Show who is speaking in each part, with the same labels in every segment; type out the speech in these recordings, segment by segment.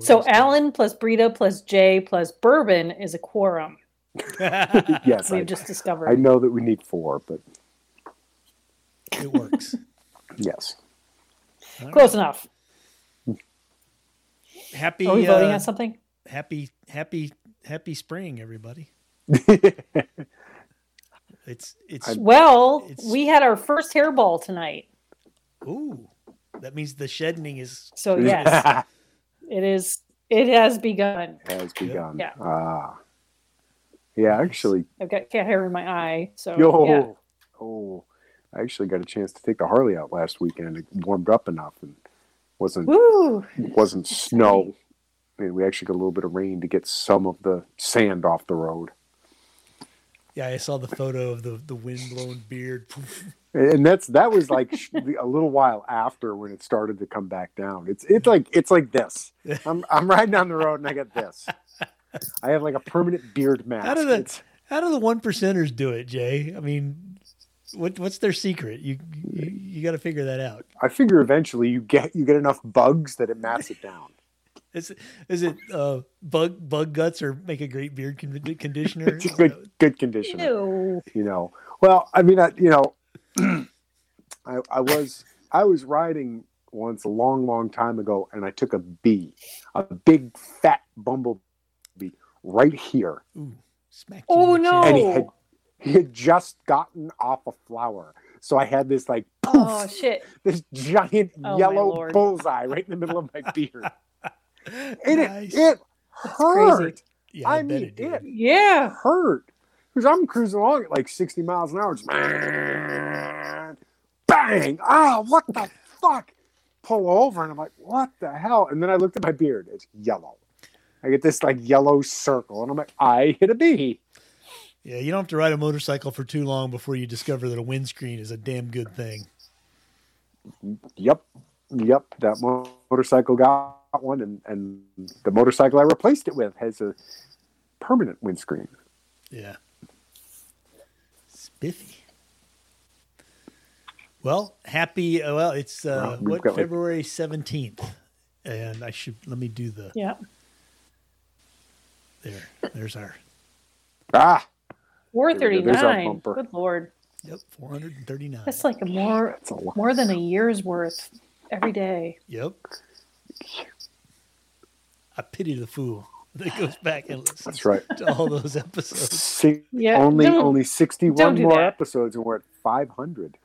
Speaker 1: So Alan plus Brita plus Jay plus Bourbon is a quorum.
Speaker 2: yes, I,
Speaker 1: We've just
Speaker 2: I
Speaker 1: discovered.
Speaker 2: know that we need four, but
Speaker 3: it works.
Speaker 2: yes.
Speaker 3: All right.
Speaker 1: Close enough.
Speaker 3: Happy
Speaker 1: Are we voting
Speaker 3: uh,
Speaker 1: on something?
Speaker 3: happy happy happy spring, everybody.
Speaker 1: Oh,
Speaker 3: It's it's
Speaker 1: Well,
Speaker 3: it's-
Speaker 1: we had our first hairball tonight.
Speaker 3: ooh. That means the shedding is
Speaker 1: So yes, it is it has begun.
Speaker 2: Has begun.
Speaker 1: Yeah.
Speaker 2: Ah. Yeah, actually,
Speaker 1: I've got cat hair in my eye. So
Speaker 2: yo,
Speaker 1: yeah.
Speaker 2: oh, I actually got a chance to take the Harley out last weekend. It warmed up enough and wasn't
Speaker 1: Woo.
Speaker 2: wasn't snow. I mean, we actually got a little bit of rain to get some of the sand off the road.
Speaker 3: yeah, I saw the photo of the, the wind blown beard.
Speaker 2: and that's that was like sh- a little while after when it started to come back down it's it's like it's like this i'm i'm riding down the road and i got this i have like a permanent beard mask
Speaker 3: How do the-
Speaker 2: It's-
Speaker 3: How do the one percenters do it, Jay? I mean what what's their secret? You you, you gotta figure that out.
Speaker 2: i figure eventually you get you get enough bugs that it mats it down
Speaker 3: Is it, is it uh, bug bug guts or make a great beard con- conditioner?
Speaker 2: it's just like good condition
Speaker 1: Ew.
Speaker 2: you know well i mean i you know i i was i was riding once a long long time ago and i took a bee a big fat bumblebee right here
Speaker 3: Ooh, smack you in
Speaker 1: Oh
Speaker 3: the chin.
Speaker 2: and he had
Speaker 1: no.
Speaker 2: he had just gotten off a flower. So I had this like poof,
Speaker 1: Oh shit.
Speaker 2: this giant
Speaker 1: Oh, my
Speaker 2: yellow
Speaker 1: Lord.
Speaker 2: bullseye right in the middle of my beard. And
Speaker 3: Nice.
Speaker 2: it it
Speaker 1: crazy.
Speaker 2: hurt.
Speaker 3: yeah,
Speaker 2: I
Speaker 3: bet
Speaker 2: mean,
Speaker 3: it did.
Speaker 2: it- It
Speaker 1: Yeah.
Speaker 2: hurt. Because I'm cruising along at like 60 miles an hour. Just, bang! Oh, what the fuck? Pull over and I'm like, what the hell? And then I looked at my beard. It's yellow. I get this like yellow circle and I'm like, I hit a bee.
Speaker 3: Yeah, you don't have to ride a motorcycle for too long before you discover that a windscreen is a damn good thing.
Speaker 2: Yep, yep. That mo- motorcycle got one, and and the motorcycle I replaced it with has a permanent windscreen.
Speaker 3: Yeah. Spiffy. Well, happy. uh, Well, it's uh,
Speaker 2: Well, we've
Speaker 3: what
Speaker 2: got, like-
Speaker 3: February seventeenth, and I should let me do the
Speaker 1: Yeah.
Speaker 3: there. There's our
Speaker 2: Ah,
Speaker 1: Four
Speaker 2: There we
Speaker 1: thirty
Speaker 2: go. There's our
Speaker 1: nine.
Speaker 2: bumper.
Speaker 1: Good lord.
Speaker 3: yep four hundred and thirty nine.
Speaker 1: That's like a more
Speaker 2: that's a lot.
Speaker 1: more than a year's worth every day.
Speaker 3: Yep. I pity the fool that goes back and listens
Speaker 2: That's right.
Speaker 3: to all those episodes.
Speaker 2: Si-
Speaker 1: Yeah.
Speaker 2: only
Speaker 1: don't-
Speaker 2: only sixty
Speaker 1: don't
Speaker 2: one
Speaker 1: do
Speaker 2: more
Speaker 1: that.
Speaker 2: episodes, and we're at five hundred.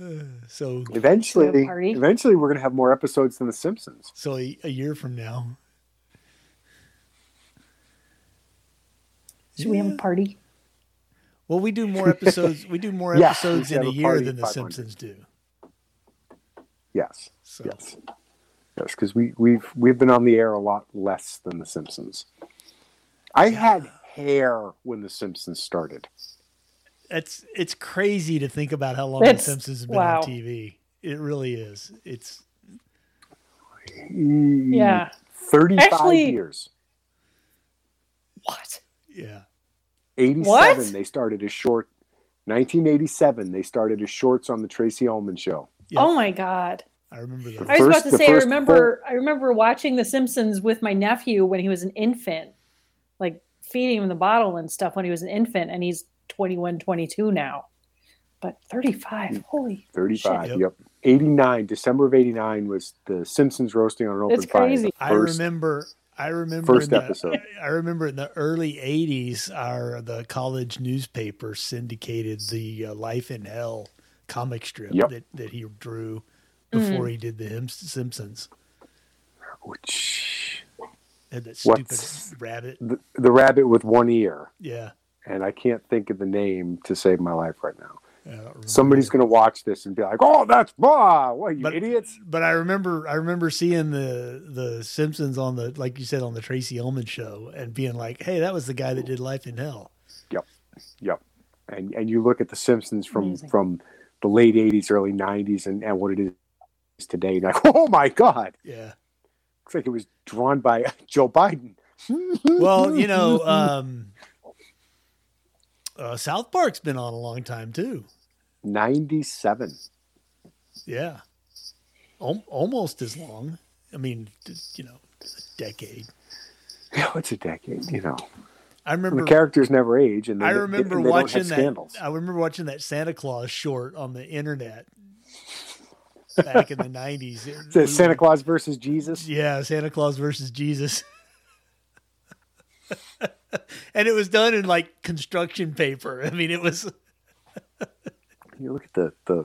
Speaker 3: Uh, so,
Speaker 2: Eventually,
Speaker 1: party.
Speaker 2: eventually, we're gonna have more episodes than The Simpsons.
Speaker 3: so a, a year from now,
Speaker 1: Should we have a party?
Speaker 3: well, we do more episodes. We do more
Speaker 2: Yeah,
Speaker 3: episodes
Speaker 2: we
Speaker 3: in a
Speaker 2: have a
Speaker 3: year
Speaker 2: party
Speaker 3: than the
Speaker 2: 500.
Speaker 3: Simpsons do.
Speaker 2: Yes,
Speaker 3: So,
Speaker 2: yes, yes, because we we've we've been on the air a lot less than The Simpsons. I had hair when The Simpsons started.
Speaker 3: That's it's crazy to think about how long
Speaker 1: That's-
Speaker 3: the Simpsons have been
Speaker 1: wow.
Speaker 3: on TV. It really is. It's
Speaker 2: Yeah, Mm.
Speaker 1: Yeah.
Speaker 2: thirty-five
Speaker 1: Actually-
Speaker 2: years.
Speaker 1: What?
Speaker 2: 87
Speaker 1: What?
Speaker 2: they started as short 1987 they started as shorts on the Tracy Ullman show.
Speaker 3: Yeah.
Speaker 1: Oh my god.
Speaker 3: I remember that.
Speaker 1: I was
Speaker 2: first-
Speaker 1: about to
Speaker 2: the
Speaker 1: say I
Speaker 2: first
Speaker 1: remember I remember watching The Simpsons with my nephew when he was an infant. Like feeding him the bottle and stuff when he was an infant and he's 21, 22 now. But
Speaker 2: Hmm.
Speaker 1: 35. Holy
Speaker 2: 35.
Speaker 3: Shit.
Speaker 2: Yep. 89 December of 89 was the Simpsons roasting on an open
Speaker 1: That's
Speaker 2: fire.
Speaker 1: crazy.
Speaker 2: the
Speaker 3: I
Speaker 2: first-
Speaker 3: remember. I remember.
Speaker 2: first
Speaker 3: in the-
Speaker 2: episode.
Speaker 3: I remember in the early '80s, our the college newspaper syndicated the uh, Life in Hell comic strip
Speaker 2: Yep.
Speaker 3: that, that he drew before he did the Him- Simpsons.
Speaker 2: Which-
Speaker 3: Had that stupid
Speaker 2: What's-
Speaker 3: rabbit.
Speaker 2: the, the rabbit with one ear
Speaker 3: Yeah.
Speaker 2: and I can't think of the name to save my life right now.
Speaker 3: I don't remember
Speaker 2: Somebody's
Speaker 3: either.
Speaker 2: going to watch this and be like, "Oh, that's bah! What you
Speaker 3: But-
Speaker 2: idiots!"
Speaker 3: But I remember, I remember seeing the the Simpsons on the, like you said, on the Tracy Ullman show, and being like, "Hey, that was the guy that did Life in Hell."
Speaker 2: Yep. And and you look at the Simpsons from
Speaker 1: Amazing.
Speaker 2: from the late 80s, early 90s and and what it is today. and like, "Oh my god."
Speaker 3: Yeah.
Speaker 2: looks like it was drawn by Joe Biden.
Speaker 3: Well, you know, um, uh, South Park's been on a long time too.
Speaker 2: 97.
Speaker 3: Yeah, Al- almost as long. I mean, just, you know, a decade.
Speaker 2: Yeah, it's a decade, you know.
Speaker 3: I
Speaker 2: And
Speaker 3: remember
Speaker 2: the characters never age, and they,
Speaker 3: I remember
Speaker 2: and they don't
Speaker 3: watching
Speaker 2: have
Speaker 3: that. uh,
Speaker 2: scandals.
Speaker 3: I remember watching that Santa Claus short on the internet back in the nineties.
Speaker 2: The Santa Claus versus Jesus.
Speaker 3: Yeah, Santa Claus versus Jesus. and it was done in like construction paper. I mean, it was
Speaker 2: You look at the the,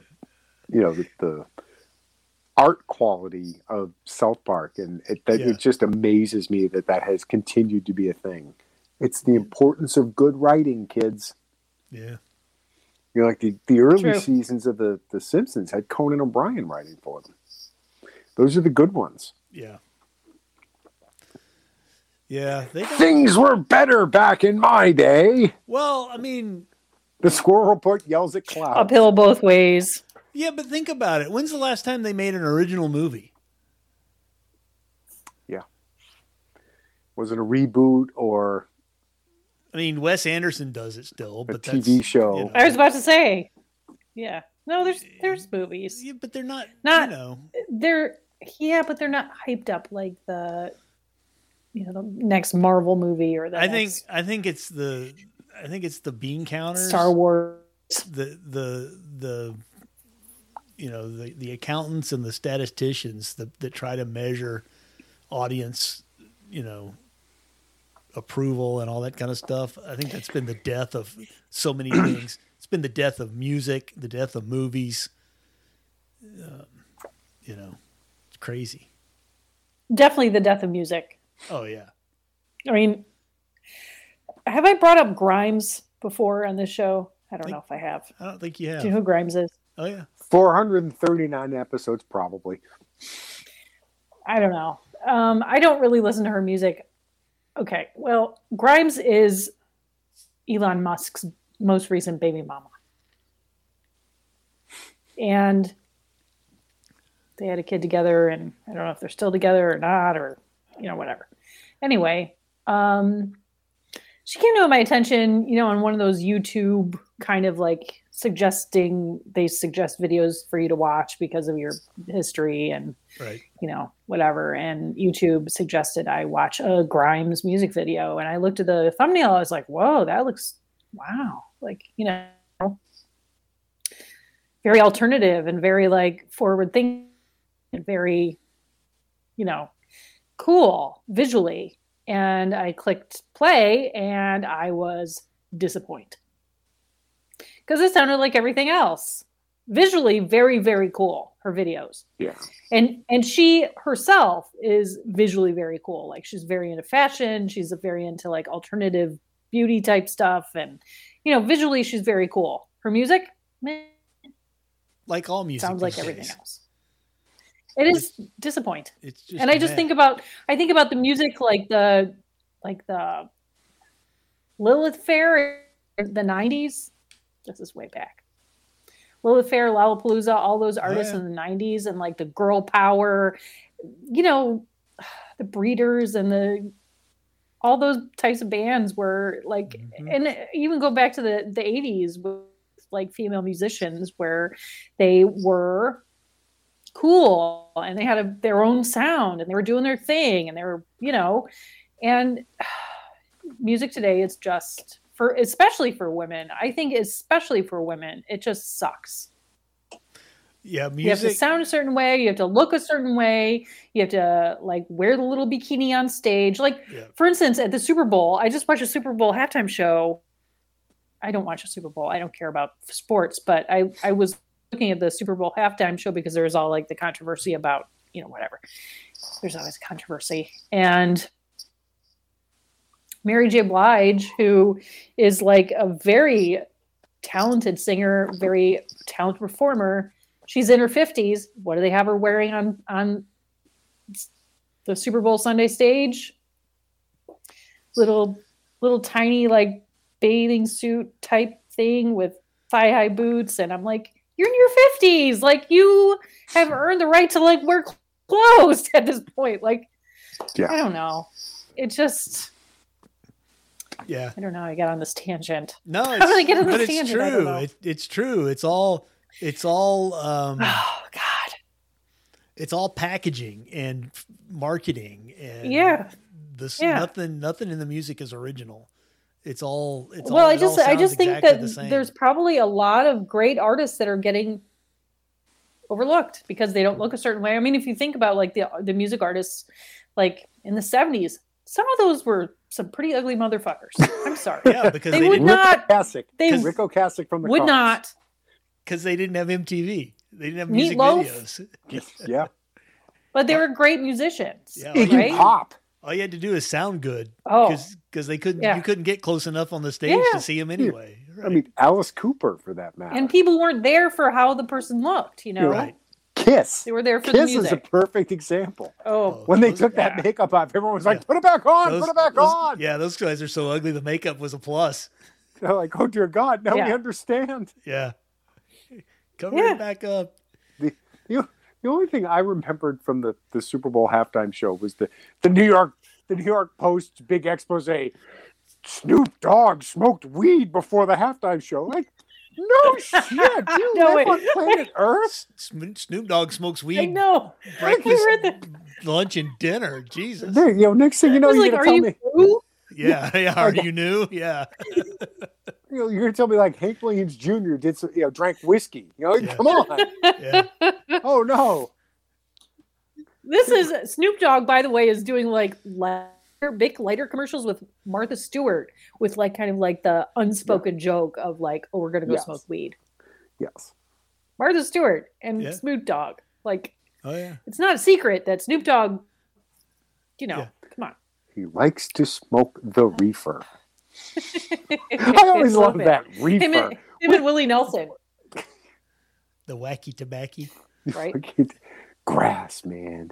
Speaker 2: you know, the, the art quality of South Park, and it, that,
Speaker 3: Yeah.
Speaker 2: it just amazes me that that has continued to be a thing. It's the importance of good writing, kids.
Speaker 3: yeah,
Speaker 2: You know, like the, the early
Speaker 1: True.
Speaker 2: seasons of the the Simpsons had Conan O'Brien writing for them. Those are the good ones.
Speaker 3: yeah, yeah. They got-
Speaker 2: Things were better back in my day.
Speaker 3: well, I mean,
Speaker 2: The squirrel report yells at clouds.
Speaker 1: Uphill both ways.
Speaker 3: yeah, but think about it. When's the last time they made an original movie?
Speaker 2: Was it a reboot or
Speaker 3: I mean, Wes Anderson does it still,
Speaker 2: a
Speaker 3: but that's,
Speaker 2: TV show?
Speaker 3: you know.
Speaker 1: I was about to say, yeah. No, there's there's movies.
Speaker 3: Yeah, but they're not.
Speaker 1: Not-
Speaker 3: you know,
Speaker 1: They're yeah, but they're not hyped up like the you know the next Marvel movie or the
Speaker 3: I think
Speaker 1: next
Speaker 3: I think it's the I think it's the bean counters.
Speaker 1: Star Wars.
Speaker 3: the the the you know the the accountants and the statisticians that that try to measure audience you know approval and all that kind of stuff i think that's been the death of so many things it's been the death of music the death of movies um, you know it's crazy
Speaker 1: Definitely the death of music.
Speaker 3: oh yeah
Speaker 1: I mean, have I brought up Grimes before on this show? I don't know if I have.
Speaker 3: i don't think you
Speaker 1: Do you know
Speaker 3: have
Speaker 1: who Grimes is?
Speaker 3: oh yeah
Speaker 2: 439 episodes, probably.
Speaker 1: I don't know. Um, I don't really listen to her music. Okay, well, Grimes is Elon Musk's most recent baby mama, and they had a kid together, and I don't know if they're still together or not, or you know, whatever. Anyway, um, she came to my attention, you know, on one of those YouTube kind of like suggesting they suggest videos for you to watch because of your history and
Speaker 3: right
Speaker 1: you know, whatever. And YouTube suggested I watch a Grimes music video. And I looked at the thumbnail. I was like, whoa, that looks, wow. Like, you know, very alternative and very like forward thinking and very, you know, cool visually. And I clicked play and I was disappointed because it sounded like everything else. Visually, very, very cool, her videos
Speaker 2: Yeah.
Speaker 1: and and she herself is visually very cool like she's very into fashion she's very into like alternative beauty type stuff and you know visually she's very cool her music meh,
Speaker 3: like all music
Speaker 1: sounds like
Speaker 3: these
Speaker 1: everything
Speaker 3: days.
Speaker 1: else it is disappointing
Speaker 3: it's just
Speaker 1: and i just
Speaker 3: meh.
Speaker 1: think about i think about the music like the like the lilith fair in the 90s this is way back lilith fair lollapalooza all those artists
Speaker 3: yeah.
Speaker 1: in the 90s and like the girl power you know the breeders and the all those types of bands were like
Speaker 3: Mhm.
Speaker 1: and even go back to the the 80s with like female musicians where they were cool and they had a, their own sound and they were doing their thing and they were you know and music today is just for especially for women i think especially for women it just sucks
Speaker 3: yeah
Speaker 1: you have to
Speaker 3: music
Speaker 1: sound a certain way you have to look a certain way you have to like wear the little bikini on stage like
Speaker 3: yeah.
Speaker 1: for instance, at the Super Bowl, I just watched a Super Bowl halftime show. I don't watch a Super Bowl. I don't care about sports, but I I was looking at the Super Bowl halftime show because there was all like the controversy about you know whatever. There's always controversy and. Mary J. Blige, who is like a very talented singer, very talented performer. She's in her fifties. What do they have her wearing on on the Super Bowl Sunday stage? little little tiny like bathing suit type thing with thigh high boots and I'm like you're in your 50s like you have earned the right to like wear cl- clothes at this point like
Speaker 2: Yeah.
Speaker 1: I don't know it just
Speaker 3: yeah
Speaker 1: I don't know how I got on this tangent
Speaker 3: No, it's,
Speaker 1: do they get on the
Speaker 3: but it's
Speaker 1: standard? I don't
Speaker 3: true.
Speaker 1: know.
Speaker 3: Mm. It, it's true. It's all. It's all. Um,
Speaker 1: oh god
Speaker 3: it's all packaging and f- marketing and
Speaker 1: yeah.
Speaker 3: this
Speaker 1: yeah.
Speaker 3: nothing nothing in the music is original. It's all it's
Speaker 1: well,
Speaker 3: all,
Speaker 1: I
Speaker 3: it all
Speaker 1: just I
Speaker 3: sounds
Speaker 1: just think
Speaker 3: exactly
Speaker 1: that
Speaker 3: the same.
Speaker 1: there's probably a lot of great artists that are getting overlooked because they don't look a certain way. I mean, if you think about like the the music artists like in the 70s, some of those were some pretty ugly motherfuckers. I'm sorry.
Speaker 3: yeah because
Speaker 1: they
Speaker 3: they,
Speaker 1: would
Speaker 3: didn't,
Speaker 2: Rick
Speaker 1: not-
Speaker 2: Ocasek.
Speaker 1: they
Speaker 2: Rick Ocasek from the
Speaker 1: Would
Speaker 2: Cars.
Speaker 1: not.
Speaker 3: 'cause they didn't have MTV. They didn't have music
Speaker 1: Meatloaf.
Speaker 3: videos.
Speaker 2: Yeah.
Speaker 1: But they were great musicians.
Speaker 3: Yeah.
Speaker 2: Iggy
Speaker 1: Right?
Speaker 2: Pop.
Speaker 3: All you had to do is sound good
Speaker 1: Oh.
Speaker 3: because they couldn't
Speaker 1: Yeah.
Speaker 3: you couldn't get close enough on the stage
Speaker 1: Yeah.
Speaker 3: to see him anyway.
Speaker 2: I
Speaker 3: Right.
Speaker 2: mean, Alice Cooper for that matter.
Speaker 1: And people weren't there for how the person looked, you know.
Speaker 2: You're
Speaker 3: right.
Speaker 2: Kiss.
Speaker 1: They were there for
Speaker 2: Kiss
Speaker 1: the
Speaker 2: is a
Speaker 1: music.
Speaker 2: perfect example.
Speaker 1: oh.
Speaker 2: When they
Speaker 3: Those-
Speaker 2: took
Speaker 1: yeah.
Speaker 2: that makeup off, everyone was like,
Speaker 3: Yeah.
Speaker 2: "Put it back on!
Speaker 3: Those-
Speaker 2: put it back
Speaker 3: those-
Speaker 2: on!"
Speaker 3: Yeah, those guys are so ugly. The makeup was a plus.
Speaker 2: They're like, "Oh dear God, now we
Speaker 1: Yeah.
Speaker 2: understand."
Speaker 3: Yeah. Cover
Speaker 1: Yeah.
Speaker 3: it back up.
Speaker 2: You, the only thing I remembered from the, the Super Bowl halftime show was the, the New York the New York Post's big expose. Snoop Dogg smoked weed before the halftime show. Like, no shit, you
Speaker 1: No,
Speaker 2: live
Speaker 1: wait.
Speaker 2: on planet Earth.
Speaker 3: Sno- Snoop Dogg smokes
Speaker 1: I
Speaker 3: weed,
Speaker 1: know. We
Speaker 3: breakfast,
Speaker 1: were at the,
Speaker 3: lunch, and dinner. Jesus.
Speaker 2: There, you know, next thing you know,
Speaker 1: I was
Speaker 2: you're
Speaker 1: like,
Speaker 2: gonna
Speaker 1: are
Speaker 2: tell
Speaker 1: you
Speaker 2: me,
Speaker 1: blue?
Speaker 3: Yeah, yeah. Are you new? Yeah.
Speaker 2: you know, you're gonna tell me like Hank Williams Jr. did, some, you know, drank whiskey. You know,
Speaker 3: Yeah.
Speaker 2: come on.
Speaker 3: Yeah.
Speaker 2: Oh no,
Speaker 1: This is Snoop Dogg, by the way, is doing like lighter, big lighter commercials with Martha Stewart with like kind of like the unspoken joke of like, oh, we're gonna go
Speaker 2: Yes.
Speaker 1: smoke weed.
Speaker 2: yes,
Speaker 1: Martha Stewart and
Speaker 3: Yeah.
Speaker 1: Snoop Dogg. Like,
Speaker 3: Oh yeah.
Speaker 1: it's not a secret that Snoop Dogg, you know,
Speaker 3: Yeah.
Speaker 1: come on.
Speaker 2: he likes to smoke the reefer. I always
Speaker 1: Love
Speaker 2: love
Speaker 1: it.
Speaker 2: that
Speaker 1: Him and,
Speaker 2: reefer.
Speaker 1: him and Willie Nelson,
Speaker 3: The wacky tobacco.
Speaker 1: right?
Speaker 2: Fucking Grass, man.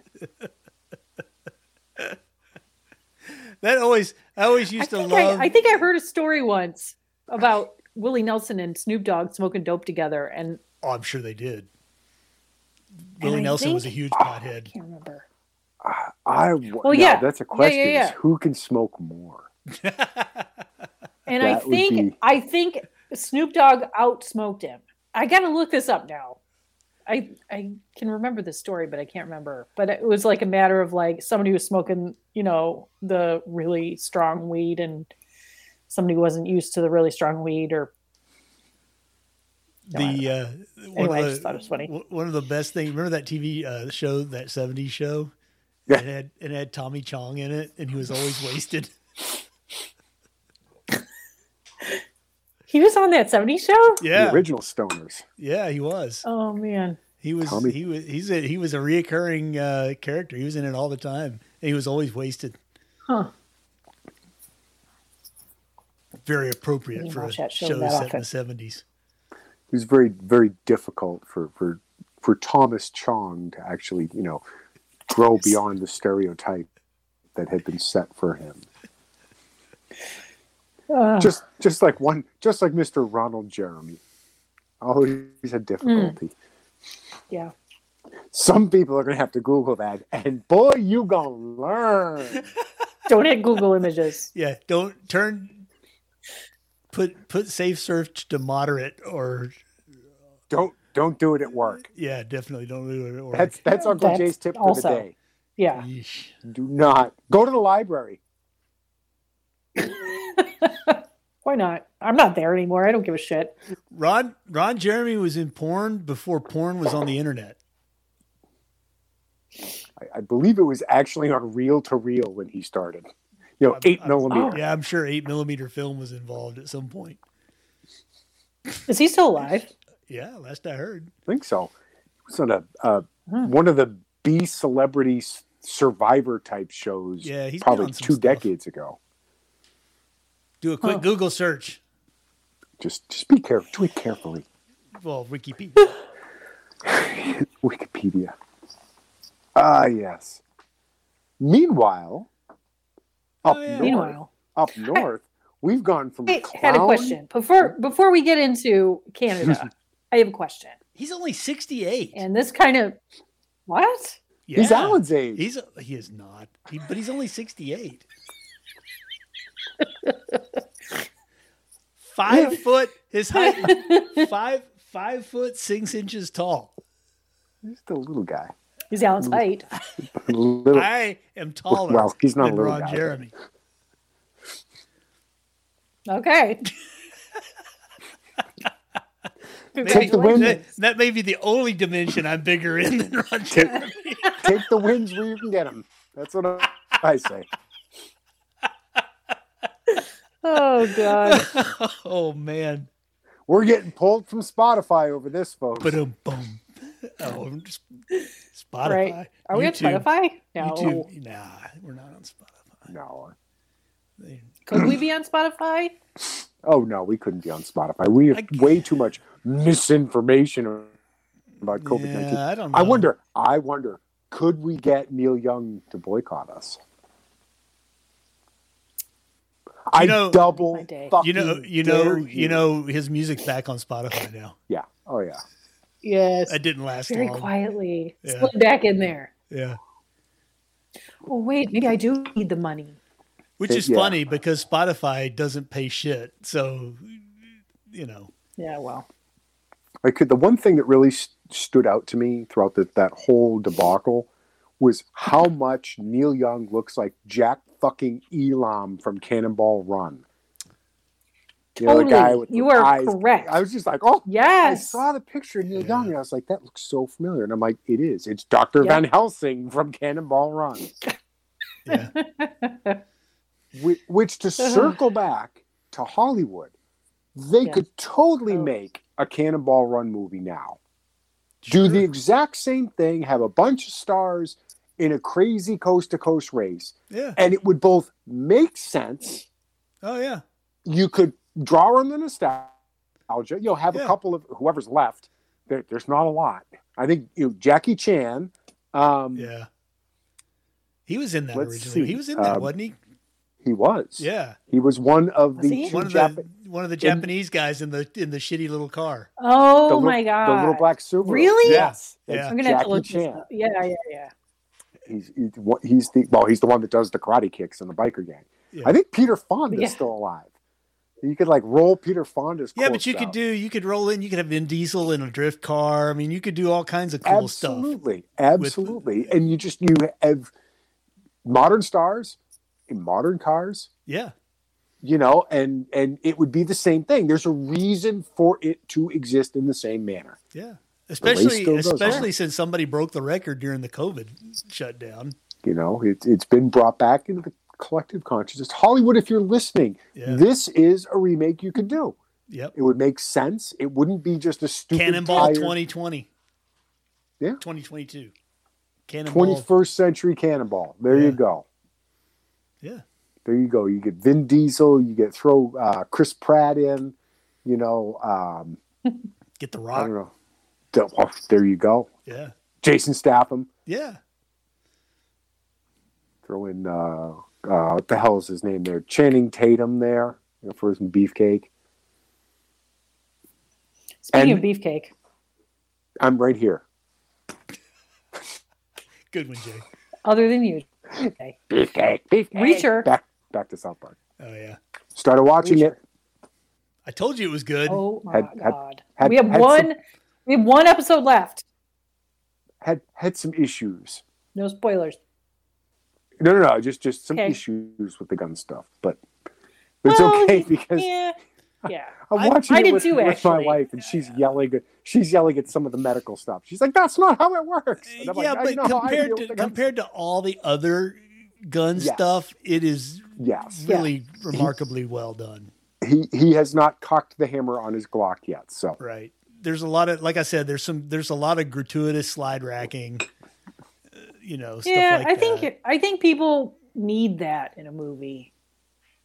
Speaker 3: That always I always used
Speaker 1: I
Speaker 3: to
Speaker 1: think
Speaker 3: love
Speaker 1: I, I think I heard a story once about Willie Nelson and Snoop Dogg smoking dope together, and
Speaker 3: Oh, I'm sure they did. Willie
Speaker 1: I
Speaker 3: Nelson was a
Speaker 1: think-
Speaker 3: huge
Speaker 1: I
Speaker 3: pothead.
Speaker 1: can't remember.
Speaker 2: I, I well,
Speaker 1: yeah.
Speaker 2: That's a
Speaker 1: Yeah, yeah,
Speaker 2: question:
Speaker 1: yeah.
Speaker 2: Is who can smoke more?
Speaker 1: And I
Speaker 2: That would
Speaker 1: think
Speaker 2: be-
Speaker 1: I think Snoop Dogg outsmoked him. I gotta look this up now. I I can remember this story, but I can't remember. But it was like a matter of like somebody was smoking, you know, the really strong weed, and somebody wasn't used to the really strong weed, or No, I
Speaker 3: the uh, one
Speaker 1: Anyway, I
Speaker 3: of the,
Speaker 1: just thought it was funny.
Speaker 2: w-
Speaker 3: one of the best things. Remember that TV uh, show, that '70s show?
Speaker 2: Yeah.
Speaker 3: It had it had Tommy Chong in it, and he was always wasted.
Speaker 1: he was on that '70s show.
Speaker 3: Yeah,
Speaker 2: The original stoners.
Speaker 3: yeah, he was.
Speaker 1: Oh man,
Speaker 3: He was.
Speaker 2: Tommy-
Speaker 3: He was. He's a, he was a reoccurring uh, character. He was in it all the time, and he was always wasted.
Speaker 1: huh?
Speaker 3: Very appropriate
Speaker 1: Didn't
Speaker 3: for a
Speaker 1: watch that show
Speaker 3: show
Speaker 1: that
Speaker 3: set in
Speaker 1: often.
Speaker 3: the '70s.
Speaker 2: It was very, very difficult for for for Thomas Chong to actually, you know, grow beyond the stereotype that had been set for him.
Speaker 1: Ugh.
Speaker 2: Just, just like one, just like Mr. Ronald Jeremy, always had difficulty.
Speaker 1: Mm. yeah.
Speaker 2: Some people are going to have to Google that, and boy, you gonna learn.
Speaker 1: Don't hit Google Images.
Speaker 3: Yeah, don't turn. Put put safe search to moderate, or
Speaker 2: Don't don't do it at work.
Speaker 3: yeah, definitely don't do it. Or
Speaker 2: That's that's Uncle
Speaker 1: That's
Speaker 2: Jay's tip for
Speaker 1: also-
Speaker 2: the day.
Speaker 1: Yeah.
Speaker 3: Yeesh.
Speaker 2: Do not go to the library.
Speaker 1: Why not? I'm not there anymore. I don't give a shit.
Speaker 3: Ron Ron Jeremy was in porn before porn was on the internet.
Speaker 2: I, I believe it was actually on reel to reel when he started. You know,
Speaker 3: I'm-
Speaker 2: eight
Speaker 3: I'm-
Speaker 2: millimeter.
Speaker 3: Yeah, I'm sure eight millimeter film was involved at some point.
Speaker 1: Is he still alive?
Speaker 3: Yeah, last I heard.
Speaker 2: I think so. It was on a uh,
Speaker 1: Hmm.
Speaker 2: one of the B celebrity s- survivor type shows.
Speaker 3: Yeah, he's been
Speaker 2: probably
Speaker 3: on some
Speaker 2: two
Speaker 3: stuff.
Speaker 2: decades ago.
Speaker 3: Do a quick
Speaker 1: Huh.
Speaker 3: Google search.
Speaker 2: Just just be careful. Do it carefully.
Speaker 3: Well, Wikipedia.
Speaker 2: Wikipedia. Ah, yes. Meanwhile, up
Speaker 3: Oh, yeah.
Speaker 2: north,
Speaker 1: Meanwhile,
Speaker 2: up north, we've gone from
Speaker 1: I
Speaker 2: clown
Speaker 1: had a question before before we get into Canada. I have a question,
Speaker 3: He's only sixty eight.
Speaker 1: and this kind of what?
Speaker 3: Yeah.
Speaker 2: He's Alan's age.
Speaker 3: He's he is not. He, but he's only sixty eight. five foot his height five five foot six inches tall.
Speaker 2: He's the little guy.
Speaker 1: He's Alan's height.
Speaker 2: Little,
Speaker 3: I am taller
Speaker 2: Well, he's not a
Speaker 3: than
Speaker 2: little
Speaker 3: Ron
Speaker 2: guy.
Speaker 3: Jeremy.
Speaker 1: Okay.
Speaker 2: Take the win.
Speaker 1: Congratulations.
Speaker 3: That, that may be the only dimension I'm bigger in than Ron
Speaker 2: Take-
Speaker 3: Jeremy.
Speaker 2: take the wins where you can get them. That's what I- I say.
Speaker 1: Oh god.
Speaker 3: oh man.
Speaker 2: We're getting pulled from Spotify over this, folks.
Speaker 3: But um boom. Oh, I'm just Spotify.
Speaker 1: Right. Are we on
Speaker 3: YouTube.
Speaker 1: Spotify? No.
Speaker 3: YouTube. Nah, we're not on Spotify.
Speaker 2: no.
Speaker 3: They-
Speaker 1: Could we be on Spotify?
Speaker 2: Oh no, we couldn't be on Spotify. We have
Speaker 3: I-
Speaker 2: way too much misinformation about COVID nineteen.
Speaker 3: Yeah, I don't know.
Speaker 2: I wonder. I wonder. Could we get Neil Young to boycott us? I
Speaker 3: know-
Speaker 2: double
Speaker 1: My day.
Speaker 2: fucking
Speaker 3: You know, you know,
Speaker 2: dare
Speaker 3: you. know, his music's back on Spotify now.
Speaker 2: Yeah. Oh yeah.
Speaker 1: Yes.
Speaker 3: It didn't last
Speaker 1: Very
Speaker 3: long.
Speaker 1: quietly.
Speaker 3: Yeah.
Speaker 1: Slip back in there.
Speaker 3: Yeah.
Speaker 1: Oh wait, maybe I do need the money.
Speaker 3: Which
Speaker 2: It-
Speaker 3: is
Speaker 2: yeah.
Speaker 3: funny because Spotify doesn't pay shit. So, you know,
Speaker 1: Yeah, well.
Speaker 2: Like the one thing that really st- stood out to me throughout the, that whole debacle was how much Neil Young looks like Jack fucking Elam from Cannonball Run. You know, the
Speaker 1: Totally.
Speaker 2: guy with the
Speaker 1: you are
Speaker 2: eyes.
Speaker 1: correct.
Speaker 2: I was just like, oh, I
Speaker 1: yes.
Speaker 2: saw the picture of Neil
Speaker 3: Yeah.
Speaker 2: Young and I was like, that looks so familiar. And I'm like, it is. It's Dr.
Speaker 1: Yeah.
Speaker 2: Van Helsing from Cannonball Run. Eh.
Speaker 3: yeah.
Speaker 2: Which, which to circle back to Hollywood, they
Speaker 1: Yeah.
Speaker 2: could totally
Speaker 1: Oh.
Speaker 2: make a Cannonball Run movie now. Do the exact same thing, have a bunch of stars in a crazy coast to coast race,
Speaker 3: Yeah.
Speaker 2: and it would both make sense.
Speaker 3: Oh, yeah.
Speaker 2: You could draw on the nostalgia. You'll have a
Speaker 3: Yeah.
Speaker 2: couple of whoever's left. There, there's not a lot. I think you know, Jackie Chan. Um,
Speaker 3: Yeah. He was in that
Speaker 2: Let's
Speaker 3: originally.
Speaker 2: see.
Speaker 3: He was in that,
Speaker 2: Um,
Speaker 3: wasn't he?
Speaker 2: He was.
Speaker 3: Yeah.
Speaker 2: He was one of
Speaker 1: Was
Speaker 2: the
Speaker 1: he?
Speaker 2: two
Speaker 3: One of
Speaker 2: Jap-
Speaker 3: the one of the Japanese guys in the in the shitty little car.
Speaker 1: oh
Speaker 2: the
Speaker 1: my
Speaker 2: little-
Speaker 1: god.
Speaker 2: the little black Subaru.
Speaker 1: Really?
Speaker 2: Yes.
Speaker 3: Yeah.
Speaker 2: That's
Speaker 1: I'm gonna have to
Speaker 2: Jackie
Speaker 1: look this
Speaker 2: Chan.
Speaker 1: up. Yeah, yeah, yeah.
Speaker 2: He's he's one- he's the well, he's the one that does the karate kicks in the biker gang.
Speaker 3: Yeah.
Speaker 2: I think Peter Fonda's
Speaker 1: Yeah.
Speaker 2: still alive. You could like roll Peter Fonda's.
Speaker 3: Yeah,
Speaker 2: corpse
Speaker 3: but you could
Speaker 2: out.
Speaker 3: do you could roll in, you could have Vin Diesel in a drift car. I mean, you could do all kinds of cool stuff.
Speaker 2: absolutely, absolutely, and you just you have modern stars in modern cars.
Speaker 3: Yeah.
Speaker 2: You know, and and it would be the same thing. There's a reason for it to exist in the same manner.
Speaker 3: Yeah.
Speaker 2: race
Speaker 3: Especially
Speaker 2: still goes on.
Speaker 3: especially since somebody broke the record during the COVID shutdown.
Speaker 2: You know, it, it's been brought back into the collective consciousness. Hollywood, if you're listening,
Speaker 3: Yeah.
Speaker 2: this is a remake you could do.
Speaker 3: Yep.
Speaker 2: It would make sense. It wouldn't be just a stupid
Speaker 3: Cannonball
Speaker 2: tired
Speaker 3: 2020.
Speaker 2: Yeah.
Speaker 3: 2022. Cannonball.
Speaker 2: 21st century cannonball. There
Speaker 3: Yeah.
Speaker 2: you go.
Speaker 3: Yeah.
Speaker 2: There you go. You get Vin Diesel. You get throw uh, Chris Pratt in. You know, um,
Speaker 3: Get the
Speaker 2: I
Speaker 3: rock.
Speaker 2: don't know. Th- oh, There you go.
Speaker 3: Yeah.
Speaker 2: Jason Statham.
Speaker 3: Yeah.
Speaker 2: Throw in uh, uh, what the hell is his name there? Channing Tatum there you know, for some beefcake.
Speaker 1: Speaking
Speaker 2: And-
Speaker 1: of beefcake.
Speaker 2: I'm right here.
Speaker 3: Good one, Jay.
Speaker 1: Other than you. Okay.
Speaker 2: Beefcake. Beefcake.
Speaker 1: Reacher.
Speaker 2: Back back to South Park.
Speaker 3: Oh yeah.
Speaker 2: Started watching it.
Speaker 3: I told you it was good.
Speaker 1: Oh my
Speaker 2: Had- had-
Speaker 1: god.
Speaker 2: had-
Speaker 1: we have
Speaker 2: had
Speaker 1: one we have one episode left.
Speaker 2: Had had some issues.
Speaker 1: No spoilers.
Speaker 2: No, no, no. Just just some
Speaker 1: Okay.
Speaker 2: issues with the gun stuff, but it's
Speaker 1: Well,
Speaker 2: okay because
Speaker 1: Yeah. Yeah. I-
Speaker 2: I'm watching
Speaker 1: I
Speaker 2: it
Speaker 1: did
Speaker 2: with,
Speaker 1: too,
Speaker 2: with my
Speaker 1: actually.
Speaker 2: wife, and she's yelling. At, she's yelling at some of the medical stuff. She's like, "That's not how it works." And
Speaker 3: yeah,
Speaker 2: I'm like, "I
Speaker 3: but
Speaker 2: know how I deal
Speaker 3: compared
Speaker 2: with
Speaker 3: to
Speaker 2: the gun."
Speaker 3: compared to all the other gun
Speaker 2: Yes.
Speaker 3: stuff, it is
Speaker 2: yes,
Speaker 1: Yeah.
Speaker 3: really remarkably well done.
Speaker 2: he he has not cocked the hammer on his Glock yet. So uh,
Speaker 3: Right. There's a lot of like I said, there's some there's a lot of gratuitous slide racking. uh, You know, stuff
Speaker 1: yeah,
Speaker 3: like
Speaker 1: I
Speaker 3: that.
Speaker 1: think I think people need that in a movie.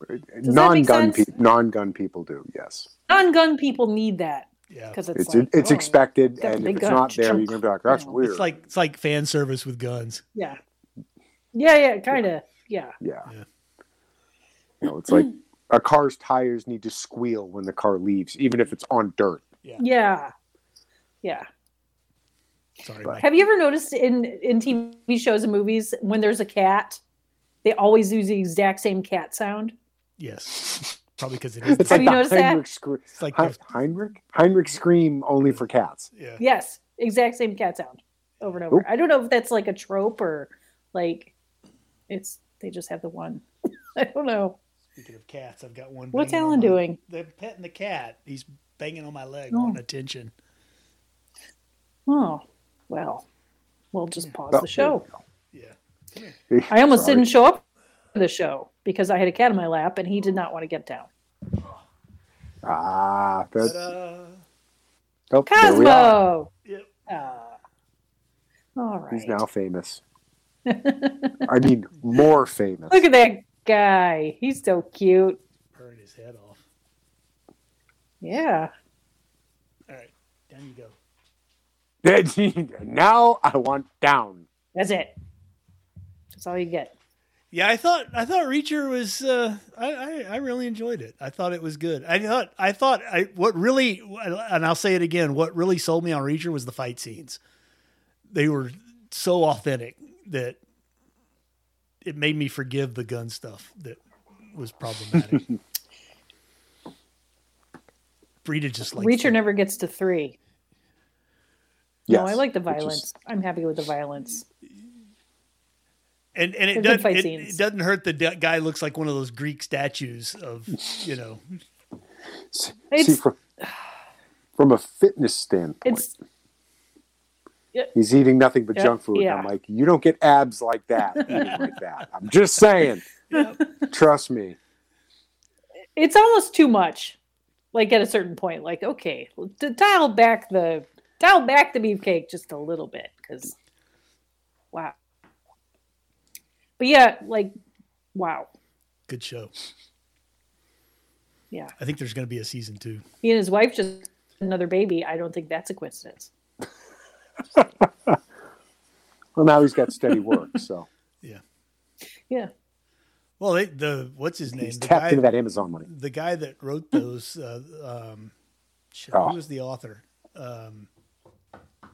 Speaker 1: that make
Speaker 2: non-gun
Speaker 1: sense?
Speaker 2: people, non-gun people do. Yes,
Speaker 1: Non-gun people need that
Speaker 3: yeah.
Speaker 1: because it's
Speaker 2: it's
Speaker 1: like,
Speaker 2: it, it's
Speaker 1: oh,
Speaker 2: expected,
Speaker 1: got a
Speaker 2: and
Speaker 1: big
Speaker 2: if it's
Speaker 1: gun.
Speaker 2: not there, you're gonna be like, "That's
Speaker 1: Yeah.
Speaker 2: weird."
Speaker 3: It's like it's like fan service with guns.
Speaker 1: Yeah. Yeah, yeah, kind of. Yeah.
Speaker 2: yeah,
Speaker 3: Yeah.
Speaker 2: You know, it's like a car's tires need to squeal when the car leaves, even if it's on dirt.
Speaker 1: Yeah. Yeah.
Speaker 3: Sorry,
Speaker 2: But-
Speaker 3: Mike.
Speaker 1: Have you ever noticed in in TV shows and movies when there's a cat, they always use the exact same cat sound?
Speaker 3: Yes. Probably because it is.
Speaker 2: It's
Speaker 1: Have
Speaker 2: like
Speaker 1: you
Speaker 2: the
Speaker 1: noticed that?
Speaker 2: Heinrich, scre-
Speaker 3: It's like
Speaker 2: Hein-
Speaker 3: the-
Speaker 2: Heinrich Heinrich scream only for cats.
Speaker 3: yeah.
Speaker 1: Yes, exact same cat sound. over and over.
Speaker 2: Oop.
Speaker 1: I don't know if that's like a trope or like it's they just have the one. I don't know.
Speaker 3: Speaking of cats, I've got one.
Speaker 1: What's
Speaker 3: banging on
Speaker 1: Alan
Speaker 3: my-
Speaker 1: doing?
Speaker 3: They're petting the cat. He's banging on my leg,
Speaker 1: Oh.
Speaker 3: wanting attention.
Speaker 1: Oh, well, we'll just pause
Speaker 2: Well,
Speaker 1: the show.
Speaker 3: Yeah. Come here.
Speaker 1: I almost
Speaker 2: Sorry.
Speaker 1: didn't show up for the show because I had a cat in my lap and he did not want to get down.
Speaker 2: Ah, that's,
Speaker 3: Ta-da.
Speaker 2: oh, there we are.
Speaker 1: Cosmo.
Speaker 3: Yep.
Speaker 1: Ah. all right.
Speaker 2: He's now famous. I mean, more famous.
Speaker 1: Look at that guy. He's so cute.
Speaker 3: Purring his head off.
Speaker 1: Yeah.
Speaker 3: All right. Down you go.
Speaker 2: now I want down.
Speaker 1: That's it. That's all you get.
Speaker 3: Yeah, I thought I thought Reacher was uh, I, I I really enjoyed it. I thought it was good. I thought I thought I what really and I'll say it again. What really sold me on Reacher was the fight scenes. They were so authentic that it made me forgive the gun stuff that was problematic. Breeda just like
Speaker 1: Reacher never gets to three.
Speaker 2: Yes.
Speaker 1: no, I like the
Speaker 2: which is-
Speaker 1: violence. I'm happy with the violence.
Speaker 3: and and
Speaker 1: They're
Speaker 3: it
Speaker 1: good
Speaker 3: doesn't
Speaker 1: fight
Speaker 3: it,
Speaker 1: scenes.
Speaker 3: it doesn't hurt the d- guy looks like one of those Greek statues of you know
Speaker 2: See,
Speaker 1: It's-
Speaker 2: from, from a fitness standpoint,
Speaker 1: It's
Speaker 2: he's eating nothing but
Speaker 1: Yeah,
Speaker 2: junk food.
Speaker 1: yeah.
Speaker 2: I'm like, you don't get abs like that, eating like that. I'm just saying. Trust me.
Speaker 1: it's almost too much. Like at a certain point, like okay, to dial back the dial back the beefcake just a little bit because wow. But yeah, like wow,
Speaker 3: good show.
Speaker 1: yeah.
Speaker 3: I think there's going to be a season two.
Speaker 1: He and his wife just had another baby. I don't think that's a coincidence.
Speaker 2: Well, now he's got steady work, so
Speaker 1: Yeah,
Speaker 3: Well, they, the what's his name?
Speaker 2: he's
Speaker 3: the
Speaker 2: tapped
Speaker 3: guy,
Speaker 2: into that Amazon money.
Speaker 3: the guy that wrote those. Uh, um, shit,
Speaker 2: Oh.
Speaker 3: Who was the author? Um,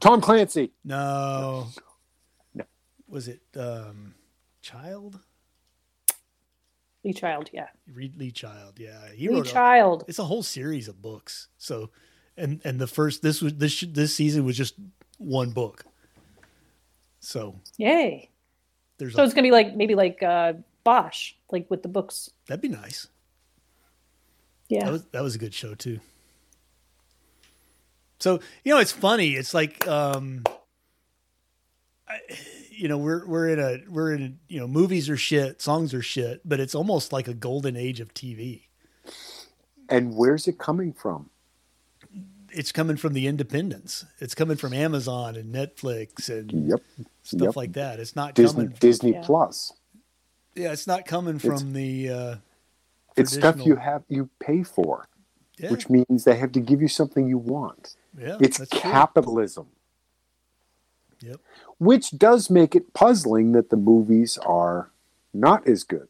Speaker 2: Tom Clancy.
Speaker 3: no.
Speaker 2: No.
Speaker 3: Was it um, Child?
Speaker 1: Lee Child. Yeah,
Speaker 3: Reed Lee Child. Yeah, he
Speaker 1: Lee
Speaker 3: wrote. a-
Speaker 1: Child.
Speaker 3: it's a whole series of books. So, and and the first this was this sh- this season was just one book. So
Speaker 1: Yay!
Speaker 3: there's
Speaker 1: So
Speaker 3: a,
Speaker 1: it's gonna be like maybe like uh Bosch, like with the books.
Speaker 3: that'd be nice.
Speaker 1: Yeah,
Speaker 3: That was that was a good show too. So you know, it's funny. It's like, um, I, you know, we're we're in a we're in you know, movies are shit, songs are shit, but it's almost like a golden age of TV.
Speaker 2: And where's it coming from?
Speaker 3: It's coming from the independents. It's coming from Amazon and Netflix and
Speaker 2: Yep.
Speaker 3: stuff
Speaker 2: yep.
Speaker 3: like that. It's not
Speaker 2: Disney
Speaker 3: coming.
Speaker 2: Disney
Speaker 1: Yeah.
Speaker 2: Plus.
Speaker 3: Yeah, it's not coming from
Speaker 2: It's-
Speaker 3: the. Uh,
Speaker 2: It's stuff you
Speaker 3: Traditional.
Speaker 2: have you pay for,
Speaker 3: yeah,
Speaker 2: which means they have to give you something you want.
Speaker 3: yeah,
Speaker 2: It's
Speaker 3: that's true.
Speaker 2: capitalism.
Speaker 3: Yep.
Speaker 2: Which does make it puzzling that the movies are not as good.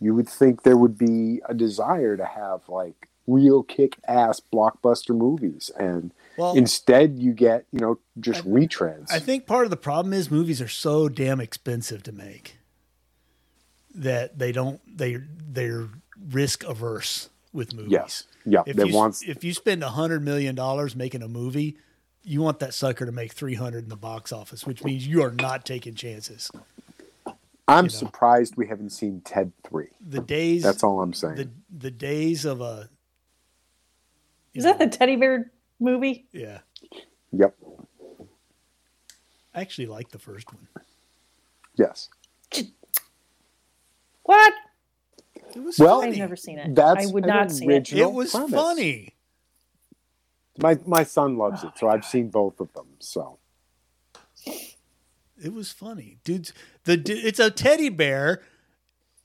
Speaker 2: You would think there would be a desire to have like real kick ass blockbuster movies and
Speaker 3: Well,
Speaker 2: instead you get, you know, just
Speaker 3: I-
Speaker 2: retreads.
Speaker 3: I think part of the problem is movies are so damn expensive to make that they don't they they're risk averse with movies.
Speaker 2: yes. Yeah.
Speaker 3: If
Speaker 2: They
Speaker 3: you,
Speaker 2: want
Speaker 3: if you spend a hundred million dollars making a movie, you want that sucker to make three hundred in the box office, which means you are not taking chances.
Speaker 2: I'm
Speaker 3: you know.
Speaker 2: surprised we haven't seen Ted 3.
Speaker 3: The days
Speaker 2: That's all I'm saying.
Speaker 3: the the days of a
Speaker 1: is that the teddy bear movie?
Speaker 3: yeah.
Speaker 2: Yep.
Speaker 3: I actually like the first one.
Speaker 2: Yes.
Speaker 1: What?
Speaker 3: It was
Speaker 2: Well,
Speaker 3: funny.
Speaker 1: I've never seen it.
Speaker 2: That's
Speaker 1: I would
Speaker 2: an
Speaker 1: not see it.
Speaker 2: original
Speaker 3: it was
Speaker 2: premise.
Speaker 3: funny.
Speaker 2: My my son loves it, so I've seen both of them. So
Speaker 3: It was funny, dudes. The du- it's a teddy bear,